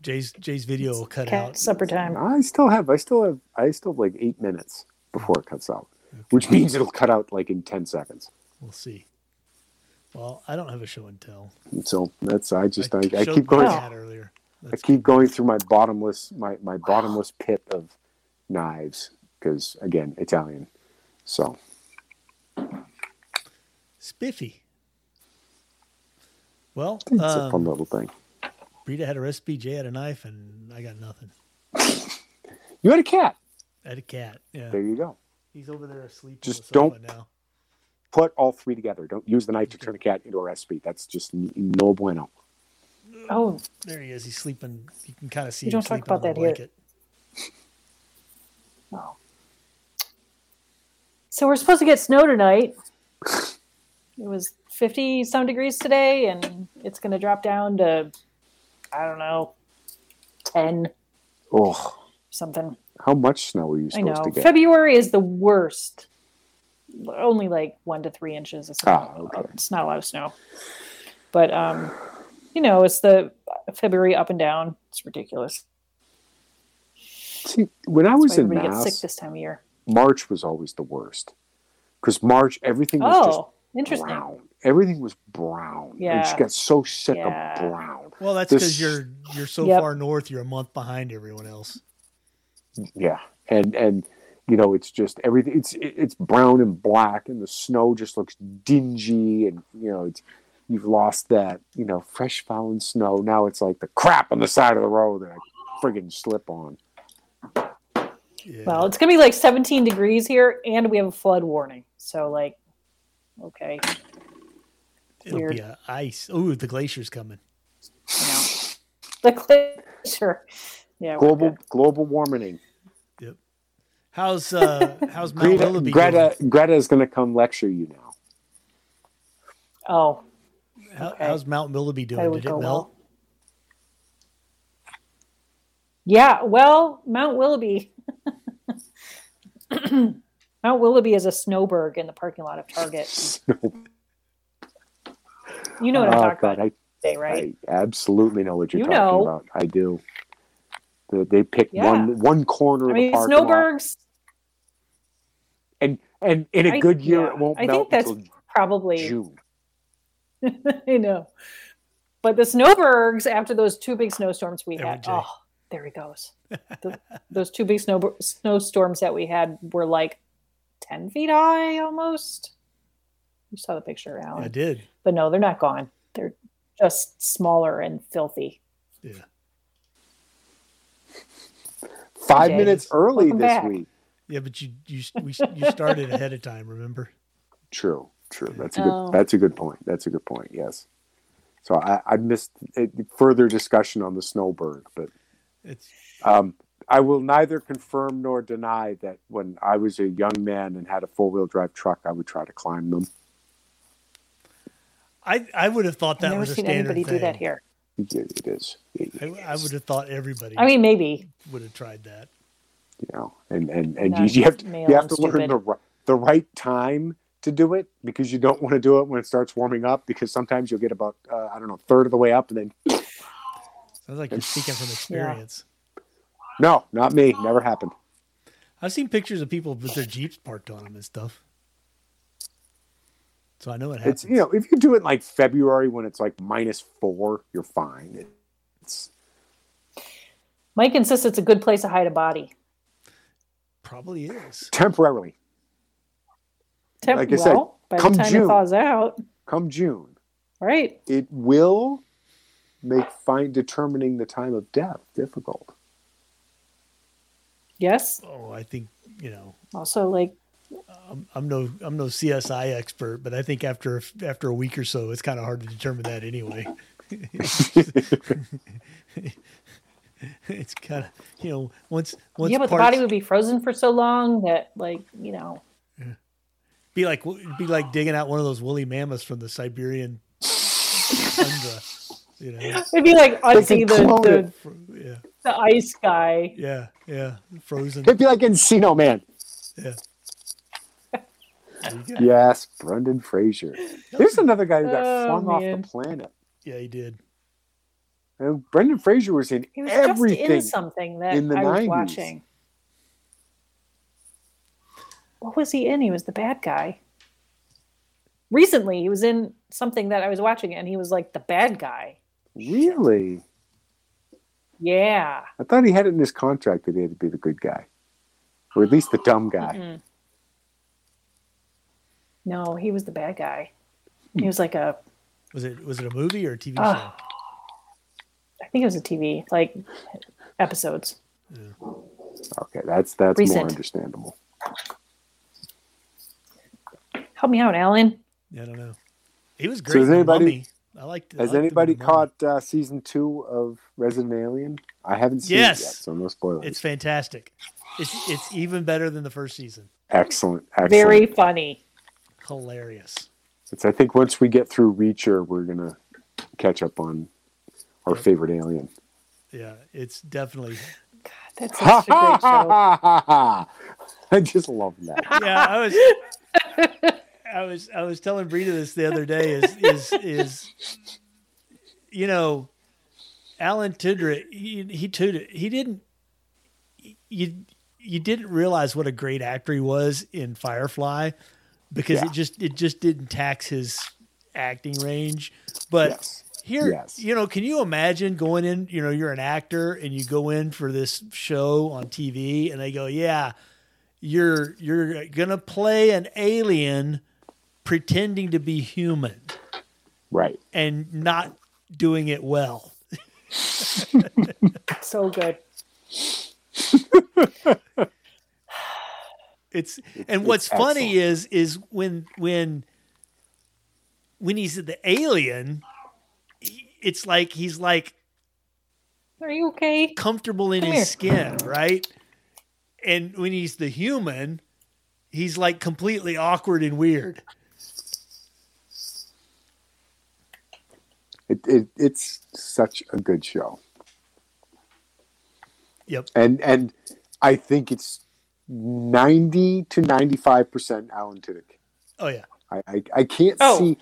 Speaker 3: Jay's Jay's video will cut
Speaker 1: cat
Speaker 3: out. Uh,
Speaker 1: supper time.
Speaker 2: I still have. I still have. I still have like eight minutes before it cuts out,
Speaker 3: Hmm.
Speaker 2: which means it'll cut out like in ten seconds.
Speaker 3: We'll see. Well, I don't have a show and tell.
Speaker 2: And so that's. I just. I, I
Speaker 3: showed
Speaker 2: keep
Speaker 3: my
Speaker 2: going.
Speaker 3: cat earlier.
Speaker 2: I
Speaker 3: That's
Speaker 2: keep going through my bottomless my, my bottomless pit of knives because again Italian. So
Speaker 3: spiffy. Well,
Speaker 2: it's a fun
Speaker 3: um,
Speaker 2: little thing.
Speaker 3: Rita had a recipe. Jay had a knife, and I got nothing.
Speaker 2: You had a cat.
Speaker 3: I had a cat. Yeah,
Speaker 2: There you go.
Speaker 3: he's over there asleep.
Speaker 2: Just
Speaker 3: on the sofa
Speaker 2: don't-
Speaker 3: now.
Speaker 2: Put all three together. Don't use the knife to turn a cat into a recipe. That's just n- no bueno.
Speaker 1: Oh,
Speaker 3: There he is. He's sleeping. You can kind of see
Speaker 1: You
Speaker 3: him
Speaker 1: don't talk
Speaker 3: sleeping on
Speaker 1: about
Speaker 3: the
Speaker 1: that here.
Speaker 3: blanket.
Speaker 1: no. So we're supposed to get snow tonight. It was fifty some degrees today, and it's going to drop down to I don't know, ten
Speaker 2: Oh,
Speaker 1: something.
Speaker 2: how much snow are you
Speaker 1: I
Speaker 2: supposed
Speaker 1: know.
Speaker 2: to get?
Speaker 1: February is the worst. Only like one to three inches of snow.
Speaker 2: Ah, okay.
Speaker 1: It's not a lot of snow. But um, you know, it's the February up and down. It's ridiculous.
Speaker 2: See, when I
Speaker 1: That's
Speaker 2: was
Speaker 1: why
Speaker 2: in
Speaker 1: everybody gets sick
Speaker 2: Mass,
Speaker 1: this time of year.
Speaker 2: March was always the worst because March everything was just
Speaker 1: Oh, interesting.
Speaker 2: brown. Everything was brown. and she
Speaker 1: Yeah.
Speaker 2: got so sick
Speaker 1: Yeah.
Speaker 2: of brown.
Speaker 3: Well, that's
Speaker 2: This-
Speaker 3: because you're you're so
Speaker 1: Yep.
Speaker 3: far north. You're a month behind everyone else.
Speaker 2: Yeah, and and you know it's just everything. It's it's brown and black, and the snow just looks dingy, and you know it's you've lost that you know fresh fallen snow. Now it's like the crap on the side of the road that I friggin' slip on.
Speaker 3: Yeah.
Speaker 1: Well, it's gonna be like 17 degrees here, and we have a flood warning. So, like, okay,
Speaker 3: it'll
Speaker 1: weird.
Speaker 3: be a ice. Oh, the glacier's coming.
Speaker 1: you know, the glacier. Yeah, we're
Speaker 2: Global
Speaker 1: good.
Speaker 2: global warming.
Speaker 3: How's uh how's Mount
Speaker 2: Greta
Speaker 3: Willoughby?
Speaker 2: Greta, Greta is going to come lecture you now.
Speaker 1: Oh,
Speaker 3: doing? How,
Speaker 1: okay.
Speaker 3: How's Mount Willoughby doing?
Speaker 1: that would
Speaker 3: Did it
Speaker 1: go
Speaker 3: melt?
Speaker 1: well. Yeah, well, Mount Willoughby. Mount Willoughby is a snowberg in the parking lot of Target. You know what I'm
Speaker 2: oh
Speaker 1: talking
Speaker 2: God,
Speaker 1: about
Speaker 2: I,
Speaker 1: today, right?
Speaker 2: I absolutely know what you're
Speaker 1: You
Speaker 2: talking
Speaker 1: know.
Speaker 2: about. I do. They, they picked
Speaker 1: Yeah.
Speaker 2: one one corner
Speaker 1: I mean,
Speaker 2: of the parking lot,
Speaker 1: snowbergs
Speaker 2: and and in a
Speaker 1: I-
Speaker 2: good year
Speaker 1: yeah.
Speaker 2: it won't
Speaker 1: I think
Speaker 2: melt
Speaker 1: that's
Speaker 2: until
Speaker 1: probably
Speaker 2: June.
Speaker 1: I know. But the snowbergs, after those two big snowstorms we
Speaker 3: Every
Speaker 1: had,
Speaker 3: day.
Speaker 1: oh, there he goes. Th- those two big snow snowstorms that we had were like ten feet high almost. You saw the picture, Alan.
Speaker 3: I did.
Speaker 1: But no, they're not gone. They're just smaller and filthy.
Speaker 3: Yeah.
Speaker 2: Five
Speaker 1: Okay.
Speaker 2: minutes early
Speaker 1: Welcome
Speaker 2: this
Speaker 1: back.
Speaker 2: week.
Speaker 3: Yeah, but you you we, you started ahead of time, remember?
Speaker 2: True, true. That's a
Speaker 1: Oh.
Speaker 2: good. That's a good point. That's a good point. Yes. So I, I missed it, further discussion on the snowbird, but
Speaker 3: It's
Speaker 2: um, I will neither confirm nor deny that when I was a young man and had a four wheel drive truck, I would try to climb them.
Speaker 3: I I would have thought
Speaker 1: I've
Speaker 3: that
Speaker 1: never
Speaker 3: was a
Speaker 1: seen
Speaker 3: standard
Speaker 1: anybody
Speaker 3: thing.
Speaker 1: do that here.
Speaker 2: It it is. It
Speaker 3: I, I
Speaker 2: is,
Speaker 3: would have thought everybody
Speaker 1: I mean, maybe.
Speaker 3: would have tried that.
Speaker 2: You know, and and and
Speaker 1: No,
Speaker 2: you, you have to
Speaker 1: male
Speaker 2: you have
Speaker 1: and
Speaker 2: to learn
Speaker 1: stupid.
Speaker 2: the ri- the right time to do it because you don't want to do it when it starts warming up because sometimes you'll get about uh, I don't know a third of the way up and then
Speaker 3: Sounds like you're speaking from experience.
Speaker 2: no, not me, never happened.
Speaker 3: I've seen pictures of people with their jeeps parked on them and stuff. So I know it happens.
Speaker 2: It's you know, if you do it in like February when it's like minus four, you're fine. It, it's
Speaker 1: Mike insists it's a good place to hide a body.
Speaker 3: Probably is.
Speaker 2: temporarily.
Speaker 1: Tem-
Speaker 2: Like I said,
Speaker 1: well, by
Speaker 2: come
Speaker 1: the time
Speaker 2: June.
Speaker 1: it thaws out,
Speaker 2: Come June,
Speaker 1: right?
Speaker 2: it will make find determining the time of death difficult.
Speaker 1: Yes.
Speaker 3: Oh, I think you know.
Speaker 1: Also, like
Speaker 3: I'm, I'm no I'm no CSI expert, but I think after after a week or so, it's kind of hard to determine that anyway. it's kind of you know once once
Speaker 1: yeah, but the
Speaker 3: parts-
Speaker 1: body would be frozen for so long that, like, you know,
Speaker 3: be like it'd be like digging out one of those woolly mammoths from the Siberian tundra, you know.
Speaker 1: it'd be like
Speaker 2: can
Speaker 1: Ozzy, the,
Speaker 2: clone
Speaker 1: the,
Speaker 2: it.
Speaker 3: Fro- Yeah,
Speaker 1: the ice guy.
Speaker 3: yeah, yeah. Frozen.
Speaker 2: It'd be like Encino Man.
Speaker 3: Yeah. There you go.
Speaker 2: Yes, Brendan Fraser. There's another guy who got
Speaker 1: Oh,
Speaker 2: flung
Speaker 1: man.
Speaker 2: off the planet.
Speaker 3: Yeah, he did.
Speaker 2: And Brendan Fraser was in
Speaker 1: He was just in
Speaker 2: everything.
Speaker 1: something that
Speaker 2: in the
Speaker 1: I was
Speaker 2: 90s.
Speaker 1: watching. What was he in? He was the bad guy. Recently, he was in something that I was watching, and he was like the bad guy.
Speaker 2: Really?
Speaker 1: Yeah.
Speaker 2: I thought he had it in his contract that he had to be the good guy, or at least the dumb guy.
Speaker 1: Mm-mm. Hmm. No, he was the bad guy. He was like a,
Speaker 3: Was it was it a movie or a TV show?
Speaker 1: Ah. I think it was a TV, like episodes.
Speaker 2: Okay, that's that's more
Speaker 1: Recent.
Speaker 2: understandable.
Speaker 1: Help me out, Alan.
Speaker 3: Yeah, I don't know. He was
Speaker 2: So
Speaker 3: great. in
Speaker 2: has
Speaker 3: The
Speaker 2: anybody-
Speaker 3: Mummy. I liked. I
Speaker 2: Has
Speaker 3: liked him in
Speaker 2: anybody
Speaker 3: The Mummy.
Speaker 2: caught uh, season two of Resident Alien? I haven't seen
Speaker 3: Yes.
Speaker 2: it yet, so no spoilers.
Speaker 3: It's fantastic. It's it's even better than the first season.
Speaker 2: excellent, excellent.
Speaker 1: Very funny.
Speaker 3: Hilarious.
Speaker 2: It's, I think once we get through Reacher, we're gonna catch up on our
Speaker 3: Yep.
Speaker 2: favorite alien.
Speaker 3: Yeah, it's definitely.
Speaker 1: That's
Speaker 2: Ha
Speaker 1: such a
Speaker 2: ha
Speaker 1: great show.
Speaker 2: ha ha ha! I just love that.
Speaker 3: Yeah, I was. I was I was telling Brita this the other day. Is is is you know, Alan Tudor he he Tudor he didn't you you didn't realize what a great actor he was in Firefly because
Speaker 2: Yeah.
Speaker 3: it just it just didn't tax his acting range, but.
Speaker 2: Yes.
Speaker 3: Here,
Speaker 2: Yes.
Speaker 3: you know, can you imagine going in? You know, you're an actor and you go in for this show on TV, and they go, "Yeah, you're you're gonna play an alien pretending to be human
Speaker 2: Right.
Speaker 3: and not doing it well."
Speaker 1: So good.
Speaker 3: It's and what's
Speaker 2: it's
Speaker 3: funny is is when when when he's the alien, he- it's like he's like
Speaker 1: Are you okay?
Speaker 3: comfortable in
Speaker 1: Come
Speaker 3: his skin, right? And when he's the human, he's like completely awkward and weird.
Speaker 2: It, it it's such a good show,
Speaker 3: Yep.
Speaker 2: and and I think it's ninety to ninety five percent Alan Tudyk.
Speaker 3: Oh yeah.
Speaker 2: I I, I can't
Speaker 1: Oh.
Speaker 2: see.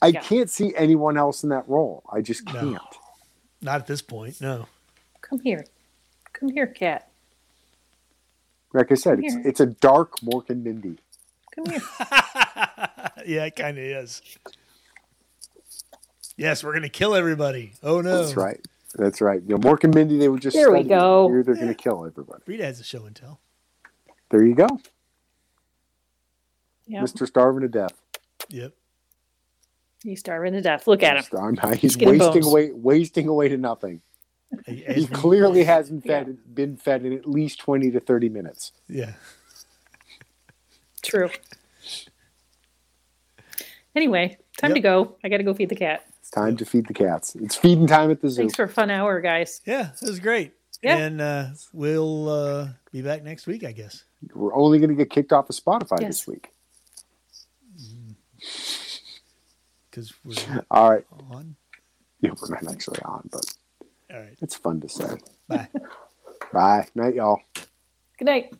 Speaker 2: I
Speaker 1: Yeah.
Speaker 2: can't see anyone else in that role. I just
Speaker 3: No.
Speaker 2: can't.
Speaker 3: Not at this point. No.
Speaker 1: Come here. Come here, cat.
Speaker 2: Like I said, it's
Speaker 1: Here.
Speaker 2: it's a dark Mork and Mindy.
Speaker 1: Come here.
Speaker 3: yeah, it kind of is. Yes, we're gonna kill everybody. Oh no,
Speaker 2: That's right. That's right. You know, Mork and Mindy, they were just
Speaker 1: There we
Speaker 2: studying.
Speaker 1: go.
Speaker 2: Here they're going to kill everybody.
Speaker 3: Rita has a show and tell.
Speaker 2: There you go.
Speaker 1: Yeah,
Speaker 2: Mr. Starving to Death.
Speaker 3: Yep.
Speaker 1: he's starving to death. Look at him.
Speaker 2: Starving- He's
Speaker 1: Skin and
Speaker 2: wasting
Speaker 1: bones.
Speaker 2: away, wasting away to nothing.
Speaker 3: He-
Speaker 2: He
Speaker 3: he's-
Speaker 2: clearly hasn't
Speaker 1: Yeah.
Speaker 2: fed, been fed in at least 20 to 30 minutes.
Speaker 3: yeah.
Speaker 1: True. Anyway, time
Speaker 3: Yep.
Speaker 1: to go. I got to go feed the cat.
Speaker 2: It's time to feed the cats. It's feeding time at the zoo.
Speaker 1: Thanks for a fun hour, guys.
Speaker 3: Yeah, it was great.
Speaker 1: Yeah.
Speaker 3: And uh, we'll uh, be back next week, I guess.
Speaker 2: We're only going to get kicked off of Spotify
Speaker 1: Yes.
Speaker 2: this week.
Speaker 3: Because we're
Speaker 2: All right.
Speaker 3: on.
Speaker 2: Yeah, we're not actually on, but
Speaker 3: All right.
Speaker 2: it's fun to say.
Speaker 3: Bye.
Speaker 2: Bye. Night, y'all.
Speaker 1: Good night.